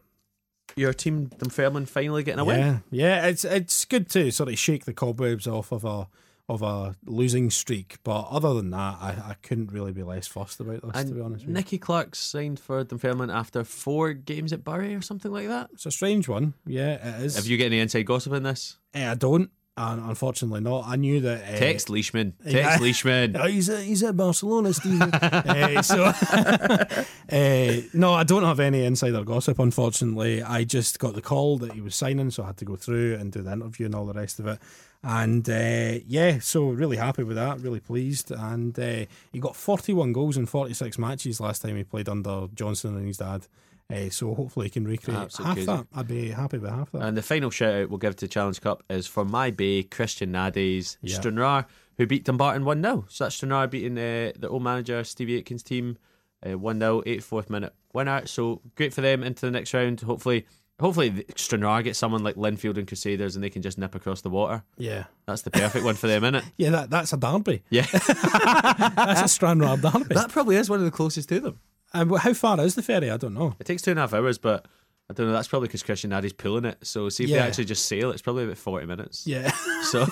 Speaker 3: your team Dunfermline finally getting a win.
Speaker 2: yeah, yeah. It's it's good to sort of shake the cobwebs off of a of a losing streak. But other than that, I, I couldn't really be less fussed about this. to be honest,
Speaker 3: And
Speaker 2: with you.
Speaker 3: Nicky Clark signed for Dunfermline after four games at Bury or something like that.
Speaker 2: it's a strange one. Yeah, it is.
Speaker 3: Have you got any inside gossip in this?
Speaker 2: Eh, I don't. And unfortunately, not. I knew that. eh,
Speaker 3: Text Leishman. Text
Speaker 2: yeah.
Speaker 3: Leishman.
Speaker 2: Oh, he's at, he's at Barcelona, Stephen. Eh, so, eh, no, I don't have any insider gossip, unfortunately. I just got the call that he was signing, so I had to go through and do the interview and all the rest of it. And eh, yeah, so really happy with that, really pleased. And eh, he got 41 goals in 46 matches last time he played under Johnson and his dad. Eh, so hopefully he can recreate
Speaker 3: Absolute
Speaker 2: half
Speaker 3: crazy.
Speaker 2: that. I'd be happy with half that.
Speaker 3: And the final shout out we'll give to the Challenge Cup is for my bay Christian Nades
Speaker 2: Yeah.
Speaker 3: Stranraer who beat Dumbarton one 0 So that's Stranraer beating uh, their old manager Stevie uh, Aitken's team one 0 84th minute winner. So great for them into the next round. Hopefully Hopefully, the- Stranraer gets someone like Linfield and Crusaders, and they can just nip across the water.
Speaker 2: Yeah.
Speaker 3: That's the perfect one for them, isn't it?
Speaker 2: Yeah, that, that's a derby.
Speaker 3: Yeah,
Speaker 2: That's a Stranraer derby.
Speaker 3: that probably is one of the closest to them.
Speaker 2: And wh- how far is the ferry? I don't know.
Speaker 3: It takes two and a half hours, but I don't know. That's probably because Christian Addy's pulling it. So see if
Speaker 2: Yeah.
Speaker 3: they actually just sail. It's probably about forty minutes.
Speaker 2: Yeah.
Speaker 3: So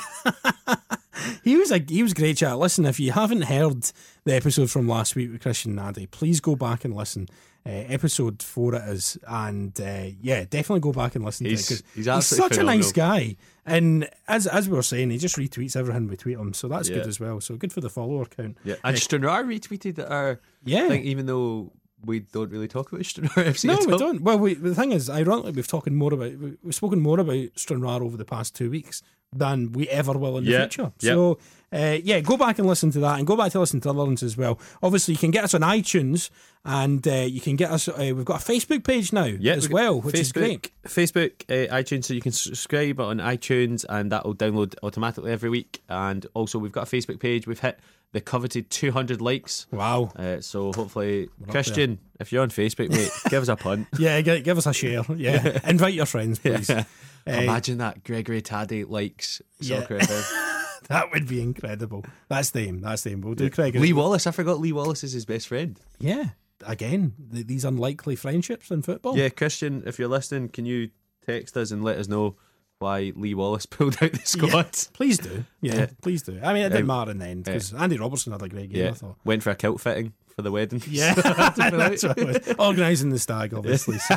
Speaker 2: He was a he was a great chat. Listen, if you haven't heard the episode from last week with Christian Nadi, please go back and listen. Uh, episode four it is, and uh, yeah, definitely go back and listen
Speaker 3: He's-
Speaker 2: to it 'cause
Speaker 3: he's absolutely
Speaker 2: such a nice guy. And as as we were saying, he just retweets everything we tweet him, so that's
Speaker 3: Yeah.
Speaker 2: good as well. So good for the follower count.
Speaker 3: yeah, and Stranraer retweeted our
Speaker 2: Yeah.
Speaker 3: thing, even though we don't really talk about Stranraer FC.
Speaker 2: No,
Speaker 3: at
Speaker 2: we
Speaker 3: all.
Speaker 2: don't. Well, we, the thing is, ironically, we've talking more about we- we've spoken more about Stranraer over the past two weeks than we ever will in the
Speaker 3: Yeah,
Speaker 2: future.
Speaker 3: yeah.
Speaker 2: So, uh, yeah, go back and listen to that, and go back to listen to other ones as well. Obviously, you can get us on iTunes, and uh, you can get us. Uh, we've got a Facebook page now
Speaker 3: Yeah,
Speaker 2: as
Speaker 3: we-
Speaker 2: well, which is
Speaker 3: Facebook-
Speaker 2: great.
Speaker 3: Facebook, uh, iTunes, so you can subscribe on iTunes, and that will download automatically every week. And also, we've got a Facebook page. We've hit the coveted 200 likes.
Speaker 2: Wow.
Speaker 3: Uh, so hopefully, Christian, if you're on Facebook, mate, give us a punt.
Speaker 2: Yeah, gi- give us a share. Yeah, invite your friends, please.
Speaker 3: Imagine that Gregory Taddy likes
Speaker 2: Yeah.
Speaker 3: soccer. FM.
Speaker 2: That would be incredible. That's the aim. That's the aim. We'll do Craig.
Speaker 3: Lee Wallace, I forgot Lee Wallace is his best friend.
Speaker 2: Yeah. Again, th- these unlikely friendships in football.
Speaker 3: Yeah, Christian, if you're listening, can you text us and let us know why Lee Wallace pulled out the squad?
Speaker 2: Please do. Yeah,
Speaker 3: Yeah.
Speaker 2: please do. I mean, it didn't
Speaker 3: Um,
Speaker 2: matter in the end because Andy Robertson had a great game, I
Speaker 3: Yeah,
Speaker 2: thought.
Speaker 3: went for a kilt fitting for the wedding.
Speaker 2: Yeah, that's what it was. Organising the stag, obviously. so.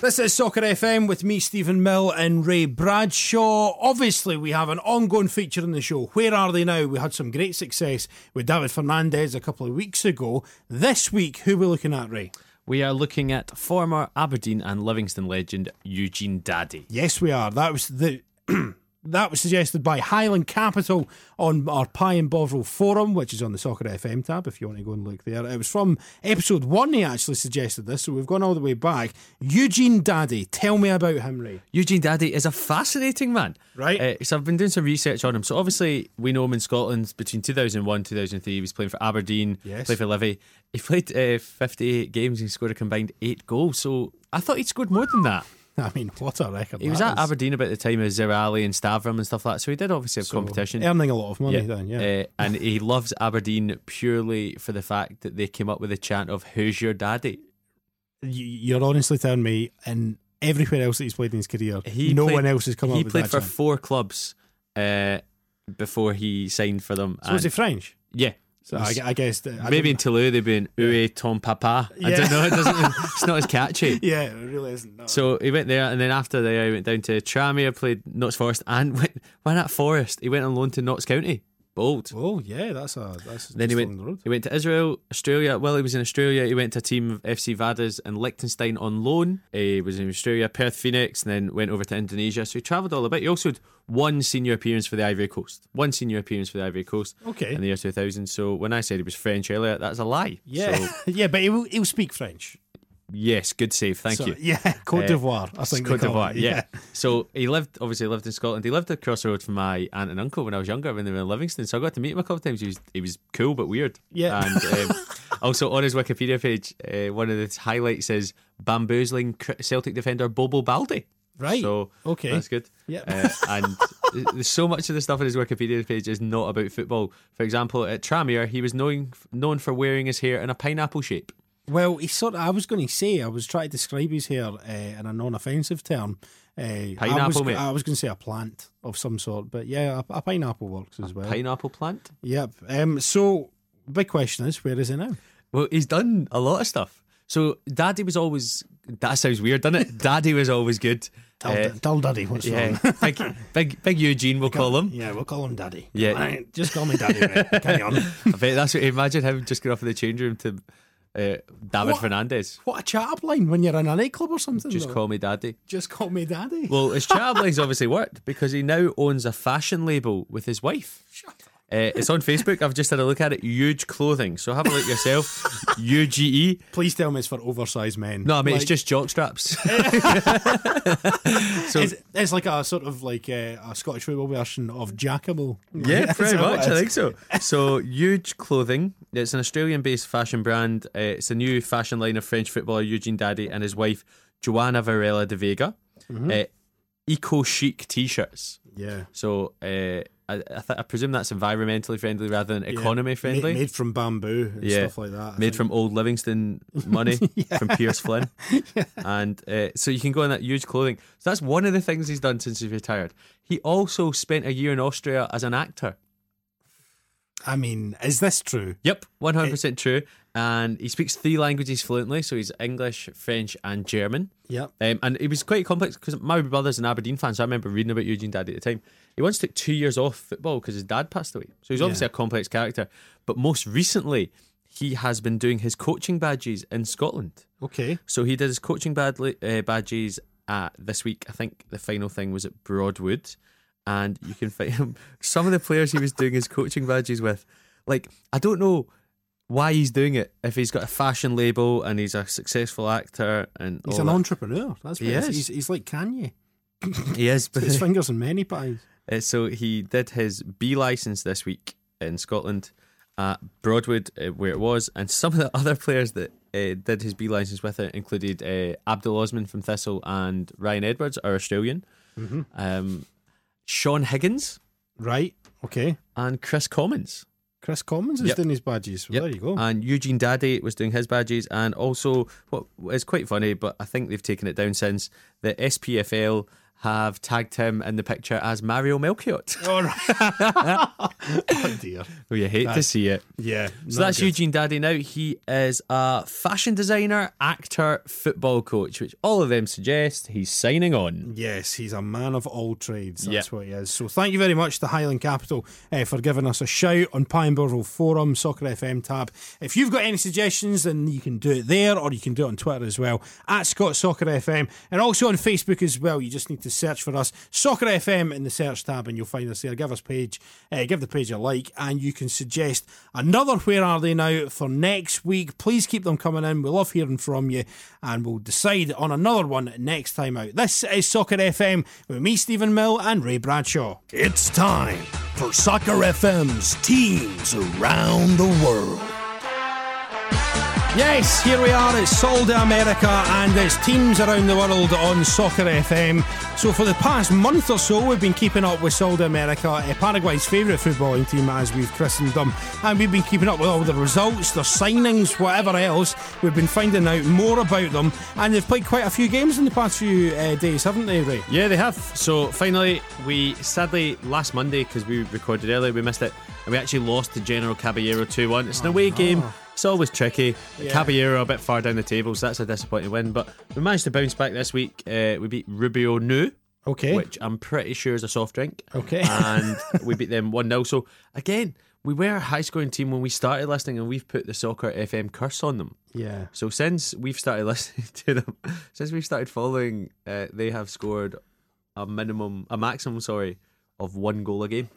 Speaker 2: this is Soccer FM with me, Stephen Mill, and Ray Bradshaw. Obviously, we have an ongoing feature in the show. Where are they now? We had some great success with David Fernandez a couple of weeks ago. This week, who are we looking at, Ray?
Speaker 3: We are looking at former Aberdeen and Livingston legend Eugene Daddy.
Speaker 2: Yes, we are. That was the that was suggested by Highland Capital on our Pie and Bovril forum, which is on the Soccer FM tab. If you want to go and look there, it was from episode one. He actually suggested this, so we've gone all the way back. Eugene Daddy, tell me about him, Ray.
Speaker 3: Eugene Daddy is a fascinating man.
Speaker 2: Right.
Speaker 3: Uh, so I've been doing some research on him. So obviously we know him in Scotland between 2001 2003. He was playing for Aberdeen,
Speaker 2: Yes.
Speaker 3: played for Livy. He played uh, 58 games and he scored a combined eight goals. So I thought he'd scored more than that.
Speaker 2: I mean, what a record!
Speaker 3: He was
Speaker 2: that
Speaker 3: at
Speaker 2: is.
Speaker 3: Aberdeen about the time of Zerali and Stavram and stuff like that. So he did obviously have competition.
Speaker 2: earning a lot of money. Then, yeah,
Speaker 3: Uh, and he loves Aberdeen purely for the fact that they came up with a chant of "Who's your daddy?"
Speaker 2: You- you're honestly telling me, and everywhere else that he's played in his career,
Speaker 3: He
Speaker 2: no
Speaker 3: played-
Speaker 2: one else has come
Speaker 3: he
Speaker 2: up with
Speaker 3: played
Speaker 2: that.
Speaker 3: for
Speaker 2: chance.
Speaker 3: four clubs uh, before he signed for them.
Speaker 2: so was he
Speaker 3: and-
Speaker 2: French?
Speaker 3: yeah.
Speaker 2: So I, I guess I
Speaker 3: Maybe in
Speaker 2: didn't-
Speaker 3: Toulouse they've been Uwe Tom Papa. I
Speaker 2: Yeah.
Speaker 3: don't know. It doesn't. it's not as catchy.
Speaker 2: Yeah, it really isn't. no.
Speaker 3: So he went there, and then after there, he went down to Tramier, played Notts Forest, and went, why not Forest? He went on loan to Notts County. Bold.
Speaker 2: Oh yeah, that's a that's
Speaker 3: Then he
Speaker 2: just
Speaker 3: went.
Speaker 2: along the road.
Speaker 3: He went to Israel, Australia. Well, he was in Australia. He went to a team of FC Vaduz and Liechtenstein on loan. Eh, He was in Australia, Perth Phoenix, and then went over to Indonesia. So he travelled all about. He also had one senior appearance for the Ivory Coast. One senior appearance for the Ivory Coast.
Speaker 2: Okay.
Speaker 3: In the year 2000. So when I said he was French earlier, that's a lie.
Speaker 2: Yeah,
Speaker 3: So,
Speaker 2: yeah, but he'll, he'll speak French.
Speaker 3: yes, good save. Thank
Speaker 2: So,
Speaker 3: you.
Speaker 2: Yeah, Cote
Speaker 3: Uh,
Speaker 2: d'Ivoire. I think they
Speaker 3: Cote
Speaker 2: call
Speaker 3: d'Ivoire,
Speaker 2: it,
Speaker 3: yeah. So he lived, obviously, lived in Scotland. He lived across the road from my aunt and uncle when I was younger, when they were in Livingston. So I got to meet him a couple of times. He was he was cool but weird.
Speaker 2: Yeah.
Speaker 3: And um, also on his Wikipedia page, uh, one of the highlights is bamboozling Cr- Celtic defender Bobo Baldi.
Speaker 2: Right.
Speaker 3: So
Speaker 2: Okay.
Speaker 3: that's good.
Speaker 2: Yeah.
Speaker 3: Uh, and th- there's so much of the stuff on his Wikipedia page is not about football. For example, at Tramier, he was known known for wearing his hair in a pineapple shape.
Speaker 2: Well, he sort. Of, I was going to say I was trying to describe his hair uh, in a non-offensive term. Uh, I was,
Speaker 3: Pineapple, mate.
Speaker 2: I was going to say a plant of some sort, but yeah, a, a pineapple works as well.
Speaker 3: Pineapple plant.
Speaker 2: yep. Um. So, big question is, where is he now?
Speaker 3: Well, he's done a lot of stuff. So Daddy was always that sounds weird, doesn't it? Daddy was always good.
Speaker 2: Dull,
Speaker 3: Uh,
Speaker 2: d- dull Daddy. What's
Speaker 3: yeah,
Speaker 2: wrong?
Speaker 3: big, big, big Eugene, we'll call him.
Speaker 2: Yeah, we'll call him Daddy.
Speaker 3: Yeah.
Speaker 2: Right, just call me Daddy. Right? Carry on.
Speaker 3: I bet that's what imagine him just going off in the change room to uh, David
Speaker 2: What?
Speaker 3: Fernandez.
Speaker 2: What a chat up line when you're in a nightclub or something.
Speaker 3: Just
Speaker 2: though.
Speaker 3: call me Daddy.
Speaker 2: just call me Daddy.
Speaker 3: Well, his chat line's obviously worked because he now owns a fashion label with his wife. Uh, it's on Facebook. I've just had a look at it. Huge clothing. So have a look yourself. U G E.
Speaker 2: Please tell me it's for oversized men.
Speaker 3: No, I mean
Speaker 2: Like,
Speaker 3: it's just jock straps. so
Speaker 2: It's, it's like a sort of like uh, a Scottish football version of Jackable.
Speaker 3: Yeah,
Speaker 2: That's
Speaker 3: pretty
Speaker 2: how it
Speaker 3: much. I
Speaker 2: is.
Speaker 3: think so. So, Huge Clothing. It's an Australian based fashion brand. Uh, it's a new fashion line of French footballer Eugene Daddy and his wife Joanna Varela de Vega,
Speaker 2: Mm-hmm.
Speaker 3: uh, eco chic t shirts.
Speaker 2: Yeah.
Speaker 3: So uh, I, I, th- I presume that's environmentally friendly rather than
Speaker 2: Yeah.
Speaker 3: economy
Speaker 2: Ma-
Speaker 3: friendly.
Speaker 2: Made, from bamboo and stuff like that.
Speaker 3: Made
Speaker 2: I think.
Speaker 3: from old Livingston money from Pierce Flynn. And uh, so you can go in that huge clothing. So that's one of the things he's done since he's retired. He also spent a year in Austria as an actor.
Speaker 4: I mean, is this true?
Speaker 3: Yep, 100% true. And he speaks three languages fluently. So he's English, French, and German.
Speaker 2: Yep.
Speaker 3: Um, and it was quite complex because my brother's an Aberdeen fan, so I remember reading about Eugene Daddy at the time. He once took two years off football because his dad passed away. So he's obviously a complex character. But most recently, he has been doing his coaching badges in Scotland.
Speaker 2: Okay.
Speaker 3: So he did his coaching badly, uh, badges at this week. I think the final thing was at Broadwood, and you can find him. Some of the players he was doing his coaching badges with, like I don't know why he's doing it. If he's got a fashion label and he's a successful actor and
Speaker 2: He's
Speaker 3: all
Speaker 2: an
Speaker 3: that.
Speaker 2: entrepreneur. That's
Speaker 3: He
Speaker 2: what he is.
Speaker 3: is.
Speaker 2: He's, he's like Kanye.
Speaker 3: he is, but
Speaker 2: His fingers in many pies.
Speaker 3: Uh, so he did his B license this week in Scotland at Broadwood, uh, where it was, and some of the other players that uh, did his B license with it included uh, Abdul Osman from Thistle and Ryan Edwards, our Australian,
Speaker 2: Mm-hmm.
Speaker 3: um, Sean Higgins,
Speaker 2: Right. Okay.
Speaker 3: and Chris Commons.
Speaker 2: Chris Commons is
Speaker 3: Yep.
Speaker 2: doing his badges. Well,
Speaker 3: Yep. Ah.
Speaker 2: There you go.
Speaker 3: And Eugene Daddy was doing his badges, and also what is quite funny, but I think they've taken it down since the SPFL have tagged him in the picture as Mario Melchiot.
Speaker 2: oh dear.
Speaker 3: Oh, you hate to see it.
Speaker 2: Yeah.
Speaker 3: So
Speaker 2: not
Speaker 3: that's
Speaker 2: good.
Speaker 3: Eugene Daddy now. He is a fashion designer, actor, football coach, which all of them suggest he's signing on.
Speaker 2: Yes, he's a man of all trades. That's
Speaker 3: Yeah.
Speaker 2: what he is. So thank you very much to Highland Capital eh, for giving us a shout on Pine Burville Forum, Soccer FM tab. If you've got any suggestions, then you can do it there or you can do it on Twitter as well, at Scott Soccer FM, and also on Facebook as well. You just need to search for us, Soccer FM, in the search tab, and you'll find us there. Give us page, eh, give the page a like, and you can suggest another Where Are They Now for next week. Please keep them coming in. We love hearing from you, and we'll decide on another one next time out. This is Soccer FM with me, Stephen Mill, and Ray Bradshaw.
Speaker 4: It's time for Soccer FM's Teams Around the World.
Speaker 2: Yes, here we are. It's Sol de America and it's teams around the world on Soccer FM. So, for the past month or so, we've been keeping up with Sol de America, eh, Paraguay's favourite footballing team, as we've christened them. And we've been keeping up with all the results, their signings, whatever else. We've been finding out more about them. And they've played quite a few games in the past few uh, days, haven't they, Ray?
Speaker 3: Yeah, they have. So finally, we sadly last Monday because we recorded earlier, we missed it, and we actually lost to General Caballero two one. It's an away game. It's always tricky. Caballero are a bit far down the table, so that's a disappointing win. But we managed to bounce back this week. Uh, we beat Rubio Nu.
Speaker 2: Okay.
Speaker 3: Which I'm pretty sure is a soft drink.
Speaker 2: Okay.
Speaker 3: And we beat them 1 0. So, again, we were a high scoring team when we started listening, and we've put the soccer FM curse on them.
Speaker 2: Yeah.
Speaker 3: So, since we've started listening to them, since we've started following, uh, they have scored a minimum, a maximum, sorry, of one goal a game.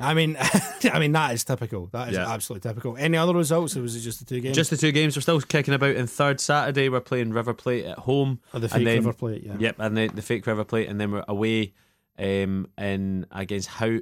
Speaker 2: I mean, I mean that is typical. That is
Speaker 3: Yeah.
Speaker 2: absolutely typical. Any other results, or was it just the two games?
Speaker 3: Just the two games. We're still kicking about in third Saturday. We're playing River Plate at home.
Speaker 2: Oh, the
Speaker 3: and
Speaker 2: fake
Speaker 3: then-
Speaker 2: River Plate, yeah.
Speaker 3: Yep, and then the fake River Plate, and then we're away um, in against How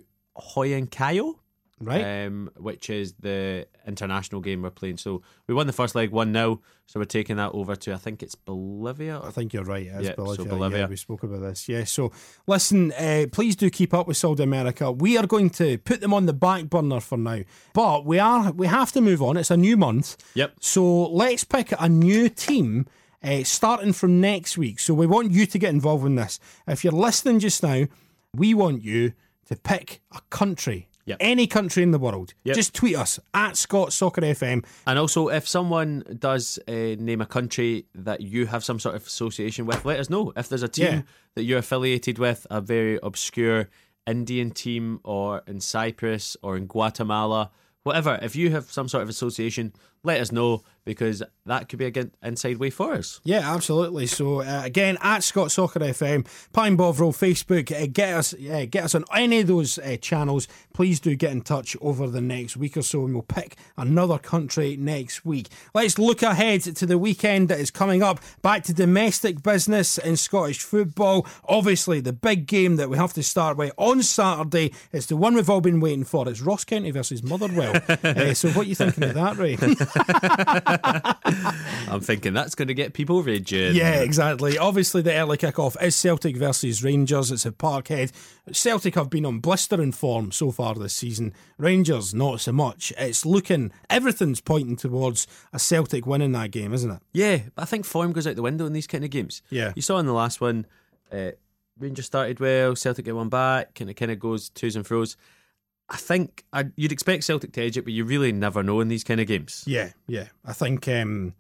Speaker 3: Hoyankayo.
Speaker 2: right.
Speaker 3: um, which is the international game we're playing. So we won the first leg 1 0. So we're taking that over to, I think it's Bolivia.
Speaker 2: I think you're right. It is
Speaker 3: Yeah, so
Speaker 2: Bolivia.
Speaker 3: Bolivia.
Speaker 2: Yeah, we spoke about this. Yeah. So listen, uh, please do keep up with Sold America. We are going to put them on the back burner for now, but we are we have to move on. It's a new month.
Speaker 3: Yep.
Speaker 2: So let's pick a new team. Uh, starting from next week. So, we want you to get involved in this. If you're listening just now, we want you to pick a country,
Speaker 3: Yep.
Speaker 2: any country in the world.
Speaker 3: Yep.
Speaker 2: Just tweet us at Scott Soccer FM
Speaker 3: And also, if someone does uh, name a country that you have some sort of association with, let us know. If there's a team
Speaker 2: Yeah.
Speaker 3: that you're affiliated with, a very obscure Indian team, or in Cyprus, or in Guatemala, whatever, if you have some sort of association, let us know because that could be a good inside way for us.
Speaker 2: Yeah, absolutely. So uh, again, at Scott Soccer FM, Pine Bovril, Facebook, uh, get us, uh, get us on any of those uh, channels. Please do get in touch over the next week or so, and we'll pick another country next week. Let's look ahead to the weekend that is coming up. Back to domestic business in Scottish football. Obviously, the big game that we have to start with on Saturday is the one we've all been waiting for. It's Ross County versus Motherwell. Uh, so, what are you thinking of that, Ray?
Speaker 3: I'm thinking that's going to get people raging.
Speaker 2: Yeah, exactly. Obviously, the early kickoff is Celtic versus Rangers. It's at Parkhead. Celtic have been on blistering form so far this season. Rangers, not so much. It's looking, everything's pointing towards a Celtic winning that game, isn't it?
Speaker 3: Yeah, but I think form goes out the window in these kind of games.
Speaker 2: Yeah.
Speaker 3: You saw in the last one, uh, Rangers started well, Celtic get one back, and it kind of goes twos and throws. I think I, you'd expect Celtic to edge it, but you really never know in these kind of games.
Speaker 2: Yeah, yeah. I think um,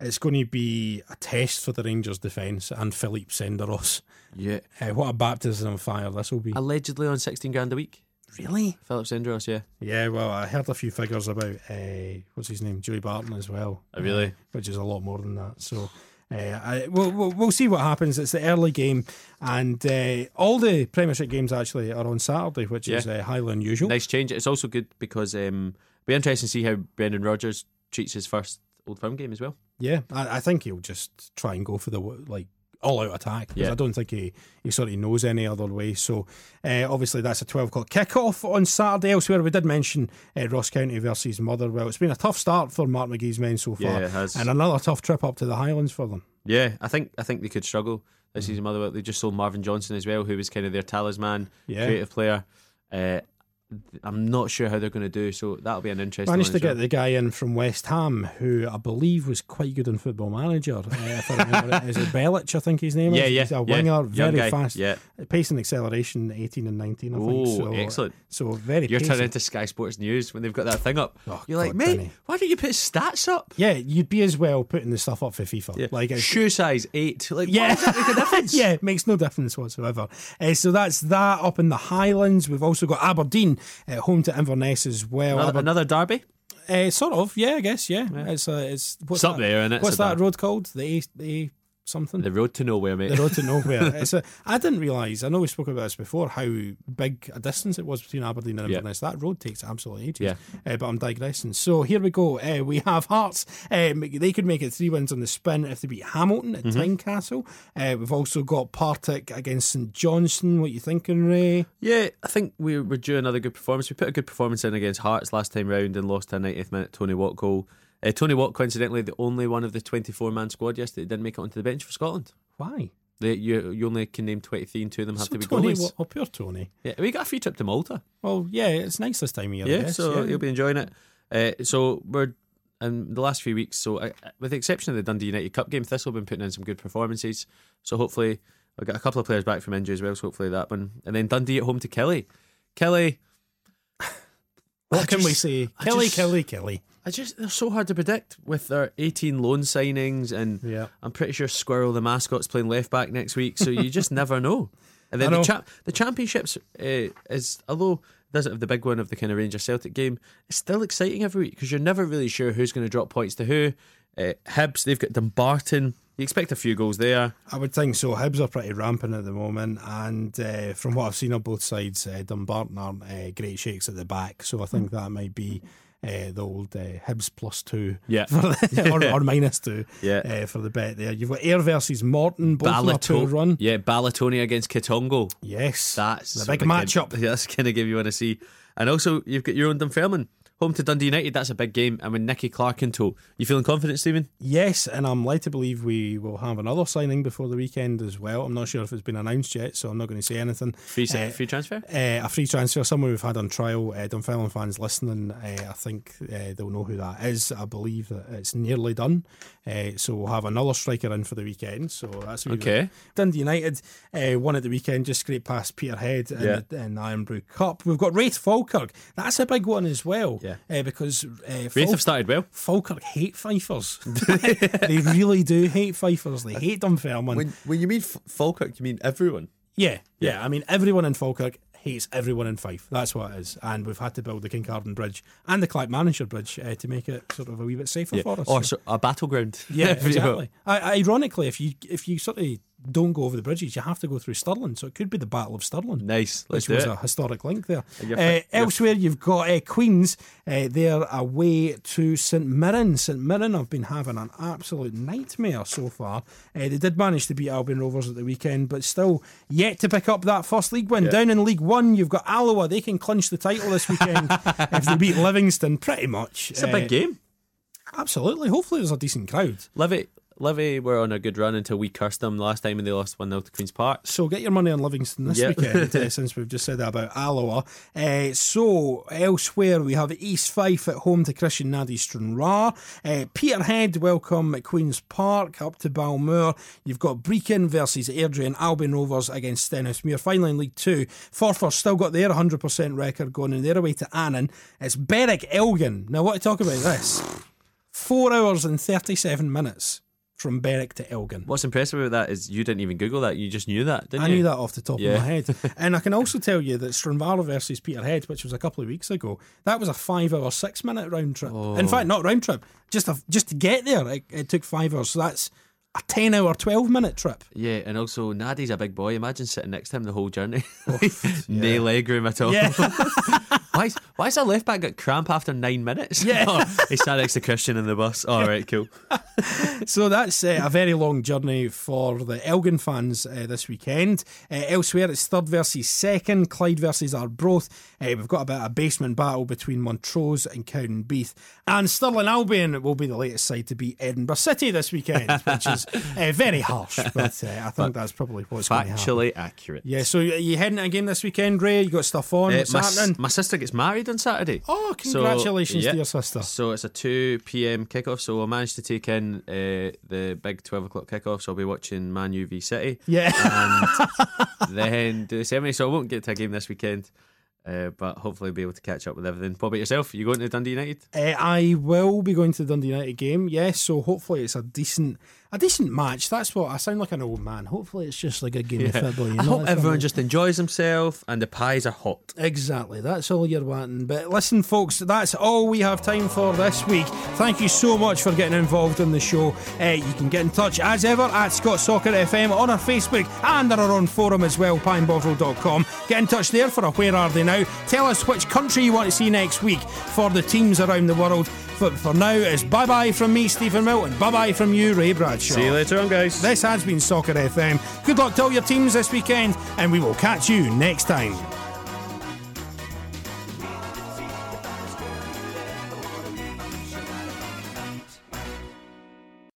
Speaker 2: it's going to be a test for the Rangers defence and Philippe Senderos.
Speaker 3: Yeah.
Speaker 2: Uh, what a baptism of fire this will be.
Speaker 3: Allegedly on 16 grand a week.
Speaker 2: Really?
Speaker 3: Philip Senderos, yeah.
Speaker 2: Yeah, well, I heard a few figures about uh, what's his name, Joey Barton as well.
Speaker 3: Oh, really?
Speaker 2: Which is a lot more than that. So, uh, I, we'll, we'll we'll see what happens. It's the early game, and uh, all the Premiership games actually are on Saturday, which is
Speaker 3: Yeah.
Speaker 2: uh, highly unusual.
Speaker 3: Nice change. It's also good because um, it'll be interesting to see how Brendan Rodgers treats his first Old Firm game as well.
Speaker 2: Yeah, I, I think he'll just try and go for the like all out attack because
Speaker 3: Yeah.
Speaker 2: I don't think he, he sort of knows any other way. So uh, obviously that's a twelve o'clock kickoff on Saturday. Elsewhere, we did mention uh, Ross County versus Motherwell. It's been a tough start for Mark McGee's men so far,
Speaker 3: Yeah, it has.
Speaker 2: and another tough trip up to the Highlands for them.
Speaker 3: Yeah, I think I think they could struggle this
Speaker 2: Mm.
Speaker 3: season. Motherwell they just sold Marvin Johnson as well, who was kind of their talisman,
Speaker 2: Yeah.
Speaker 3: creative player. Uh, th- I'm not sure how they're going to do, so that'll be an interesting.
Speaker 2: Managed
Speaker 3: one
Speaker 2: to
Speaker 3: as
Speaker 2: get
Speaker 3: well.
Speaker 2: the guy in from West Ham, who I believe was quite good in Football Manager. Uh, if I remember it, is it Belic? I think his name
Speaker 3: yeah,
Speaker 2: is.
Speaker 3: yeah,
Speaker 2: He's a
Speaker 3: yeah,
Speaker 2: winger,
Speaker 3: young
Speaker 2: very
Speaker 3: guy,
Speaker 2: fast,
Speaker 3: Yeah.
Speaker 2: pace and acceleration, eighteen and nineteen. I
Speaker 3: Oh,
Speaker 2: think so.
Speaker 3: excellent.
Speaker 2: So very.
Speaker 3: You're
Speaker 2: pacey.
Speaker 3: turning into Sky Sports News when they've got that thing up.
Speaker 2: Oh,
Speaker 3: You're like,
Speaker 2: God,
Speaker 3: mate,
Speaker 2: Danny."
Speaker 3: why don't you put stats up?
Speaker 2: Yeah, you'd be as well putting the stuff up for FIFA.
Speaker 3: Yeah.
Speaker 2: Like, it's-
Speaker 3: shoe size eight. Like, yeah,
Speaker 2: Yeah.
Speaker 3: what does that make a difference?
Speaker 2: yeah, it makes no difference whatsoever. Uh, so that's that up in the Highlands. We've also got Aberdeen at home to Inverness as well.
Speaker 3: Another,
Speaker 2: Aber-
Speaker 3: another derby.
Speaker 2: uh, sort of, yeah, I guess, yeah. It's uh, it's what's
Speaker 3: It's up
Speaker 2: that,
Speaker 3: there, innit? It's
Speaker 2: What's
Speaker 3: a
Speaker 2: that
Speaker 3: derby.
Speaker 2: road called? The A, the A something.
Speaker 3: The road to nowhere, mate.
Speaker 2: The road to nowhere. It's a. I didn't realise. I know we spoke about this before. How big a distance it was between Aberdeen and
Speaker 3: Yeah.
Speaker 2: Inverness. That road takes absolutely ages.
Speaker 3: Yeah.
Speaker 2: Uh, but I'm digressing. So here we go. Uh, we have Hearts. Um, they could make it three wins on the spin if they beat Hamilton at
Speaker 3: Mm-hmm.
Speaker 2: Tynecastle. Uh, we've also got Partick against St Johnstone. What you thinking, Ray?
Speaker 3: Yeah, I think we were due another good performance. We put a good performance in against Hearts last time round and lost to a 90th minute Tony Watt goal. Uh, Tony Watt, coincidentally, the only one of the 24 man squad yesterday that didn't make it onto the bench for Scotland.
Speaker 2: Why?
Speaker 3: They, you, you only can name 23 and two of them have
Speaker 2: So
Speaker 3: to be
Speaker 2: Tony,
Speaker 3: goalies.
Speaker 2: what- oh, poor Tony.
Speaker 3: Yeah, we got a free trip to Malta.
Speaker 2: Well, yeah, it's nice this time of year. I
Speaker 3: Yeah,
Speaker 2: guess,
Speaker 3: so
Speaker 2: yeah.
Speaker 3: you'll be enjoying it. Uh, so we're in the last few weeks. So I, I- with the exception of the Dundee United Cup game, Thistle have been putting in some good performances. So hopefully I've got a couple of players back from injury as well. So hopefully that one. And then Dundee at home to Kelly. Kelly,
Speaker 2: What
Speaker 3: I
Speaker 2: can we
Speaker 3: just-
Speaker 2: say?
Speaker 3: I
Speaker 2: Kelly,
Speaker 3: just-
Speaker 2: Kelly, Kelly.
Speaker 3: I just they're so hard to predict with their 18 loan signings and
Speaker 2: Yeah.
Speaker 3: I'm pretty sure Squirrel the mascot's playing left back next week so you just never know. And then
Speaker 2: I
Speaker 3: the
Speaker 2: know.
Speaker 3: cha- the championships uh, is although it doesn't have the big one of the kind of Ranger Celtic game, it's still exciting every week because you're never really sure who's going to drop points to who. Uh, Hibs they've got Dumbarton. You expect a few goals there.
Speaker 2: I would think so. Hibs are pretty rampant at the moment, and uh, from what I've seen on both sides, uh, Dumbarton aren't uh, great shakes at the back. So I think that might be uh, the old uh, Hibs plus two,
Speaker 3: Yeah.
Speaker 2: for the, or, or minus two,
Speaker 3: Yeah.
Speaker 2: uh, for the bet there. You've got Air versus Morton, both on a poor
Speaker 3: Balato-
Speaker 2: run.
Speaker 3: yeah, Balatoni against Katongo.
Speaker 2: Yes,
Speaker 3: That's
Speaker 2: the big
Speaker 3: something-
Speaker 2: matchup.
Speaker 3: Yeah, that's going to give you want to see. And also, you've got your own Dunfermline. Home to Dundee United, that's a big game. And with Nicky Clark in tow. You feeling confident, Stephen?
Speaker 2: Yes, and I'm led to believe we will have another signing before the weekend as well. I'm not sure if it's been announced yet, so I'm not going to say anything.
Speaker 3: Free, se-
Speaker 2: Uh,
Speaker 3: free transfer?
Speaker 2: uh, a free transfer, someone we've had on trial. Uh, Dunfermline fans listening, uh, I think uh, they'll know who that is. I believe that it's nearly done. Uh, so we'll have another striker in for the weekend. So that's what we've
Speaker 3: Okay.
Speaker 2: got. Dundee United uh, won at the weekend, just scraped past Peterhead in,
Speaker 3: Yeah.
Speaker 2: the, in the Iron Brew Cup. We've got Wraith Falkirk. That's a big one as well.
Speaker 3: Yeah.
Speaker 2: Uh, because uh,
Speaker 3: Wraith
Speaker 2: Fal-
Speaker 3: have started well.
Speaker 2: Falkirk hate fifers. they really do hate fifers. They hate Dunfermline.
Speaker 3: when you mean F- Falkirk, you mean everyone.
Speaker 2: Yeah, yeah, I mean, everyone in Falkirk hates everyone in Fife. That's what it is. And we've had to build the Kincardine Bridge and the Clackmannanshire Bridge uh, to make it sort of a wee bit safer for us.
Speaker 3: Or Oh, so, a battleground.
Speaker 2: yeah,
Speaker 3: If you will.
Speaker 2: exactly. I, ironically, if you if you sort of don't go over the bridges, you have to go through Stirling. So it could be the Battle of Stirling.
Speaker 3: Nice. Let's
Speaker 2: Which
Speaker 3: do
Speaker 2: was
Speaker 3: it.
Speaker 2: a historic link there.
Speaker 3: you're
Speaker 2: Uh,
Speaker 3: fi- you're-
Speaker 2: elsewhere, you've got uh, Queens. Uh, they're away to St Mirren. St Mirren have been having an absolute nightmare so far. Uh, they did manage to beat Albion Rovers at the weekend, but still yet to pick up that first league win. Down in League One, you've got Alloa. They can clinch the title this weekend if they beat Livingston, pretty much. Uh,
Speaker 3: It's a big game.
Speaker 2: Absolutely. Hopefully, there's a decent crowd.
Speaker 3: Livy, Livy were on a good run until we cursed them last time and they lost 1 0 to Queen's Park.
Speaker 2: So get your money on Livingston this
Speaker 3: Yep.
Speaker 2: weekend, uh, since we've just said that about Alloa. Uh, so elsewhere, we have East Fife at home to Christian Nadi Stranraer. Uh, Peterhead welcome at Queen's Park up to Balmoor. You've got Brechin versus Airdrie and Albion Rovers against Stenhousemuir. Finally, in League Two, Forfar still got their 100% record going and they're away to Annan. It's Berwick Elgin. Now, what to talk about this? Four hours and 37 minutes from Berwick to Elgin.
Speaker 3: What's impressive about that is you didn't even Google that. You just knew that, didn't
Speaker 2: I
Speaker 3: you?
Speaker 2: knew that off the top
Speaker 3: Yeah.
Speaker 2: of my head. And I can also tell you that Stranraer versus Peterhead, which was a couple of weeks ago, that was a five hour, six minute round trip.
Speaker 3: Oh.
Speaker 2: In fact, not round trip, just a, just to get there, it, it took five hours. So that's a 10 hour, 12 minute trip.
Speaker 3: Yeah, and also Nadi's a big boy. Imagine sitting next to him the whole journey. No leg room at all.
Speaker 2: Oh, Yeah.
Speaker 3: why, is, why is our left back got cramp after nine minutes? Yeah. he sat next to Christian in the bus. All right, cool.
Speaker 2: so that's uh, a very long journey for the Elgin fans uh, this weekend. Uh, elsewhere, it's third versus second, Clyde versus Arbroath. Uh, we've got about a basement battle between Montrose and Cowdenbeath. And Stirling Albion will be the latest side to beat Edinburgh City this weekend, which is uh, very harsh, but uh, I think that's probably what's going to happen.
Speaker 3: Factually accurate.
Speaker 2: Yeah, so you- you heading to a game this weekend, Ray? You got stuff on?
Speaker 3: Uh,
Speaker 2: What's
Speaker 3: my, s-
Speaker 2: happening?
Speaker 3: my sister gets married on Saturday.
Speaker 2: Oh,
Speaker 3: So,
Speaker 2: congratulations
Speaker 3: yeah.
Speaker 2: to your sister.
Speaker 3: So it's a 2 p.m. kickoff. So I managed to take in uh, the big 12 o'clock kickoff. So I'll be watching Man U v City.
Speaker 2: Yeah.
Speaker 3: then do the semi. So I won't get to a game this weekend, uh, but hopefully be able to catch up with everything. What about yourself? You going to Dundee United?
Speaker 2: Uh, I will be going to the Dundee United game, yes. So hopefully it's a decent, a decent match. That's what I sound like an old man. Hopefully it's just like a game of football. You know?
Speaker 3: I hope
Speaker 2: That's what
Speaker 3: everyone just enjoys himself and the pies are hot.
Speaker 2: Exactly, that's all you're wanting. But listen, folks, that's all we have time for this week. Thank you so much for getting involved in the show. Uh, you can get in touch as ever at Scott Soccer FM on our Facebook and on our own forum as well, pinebovril.com. Get in touch there for a Where Are They Now? Tell us which country you want to see next week for the teams around the world. But for now, it's bye bye from me, Stephen Milton. Bye bye from you, Ray Bradshaw.
Speaker 3: See you later on, guys.
Speaker 2: This has been Soccer FM. Good luck to all your teams this weekend, and we will catch you next time.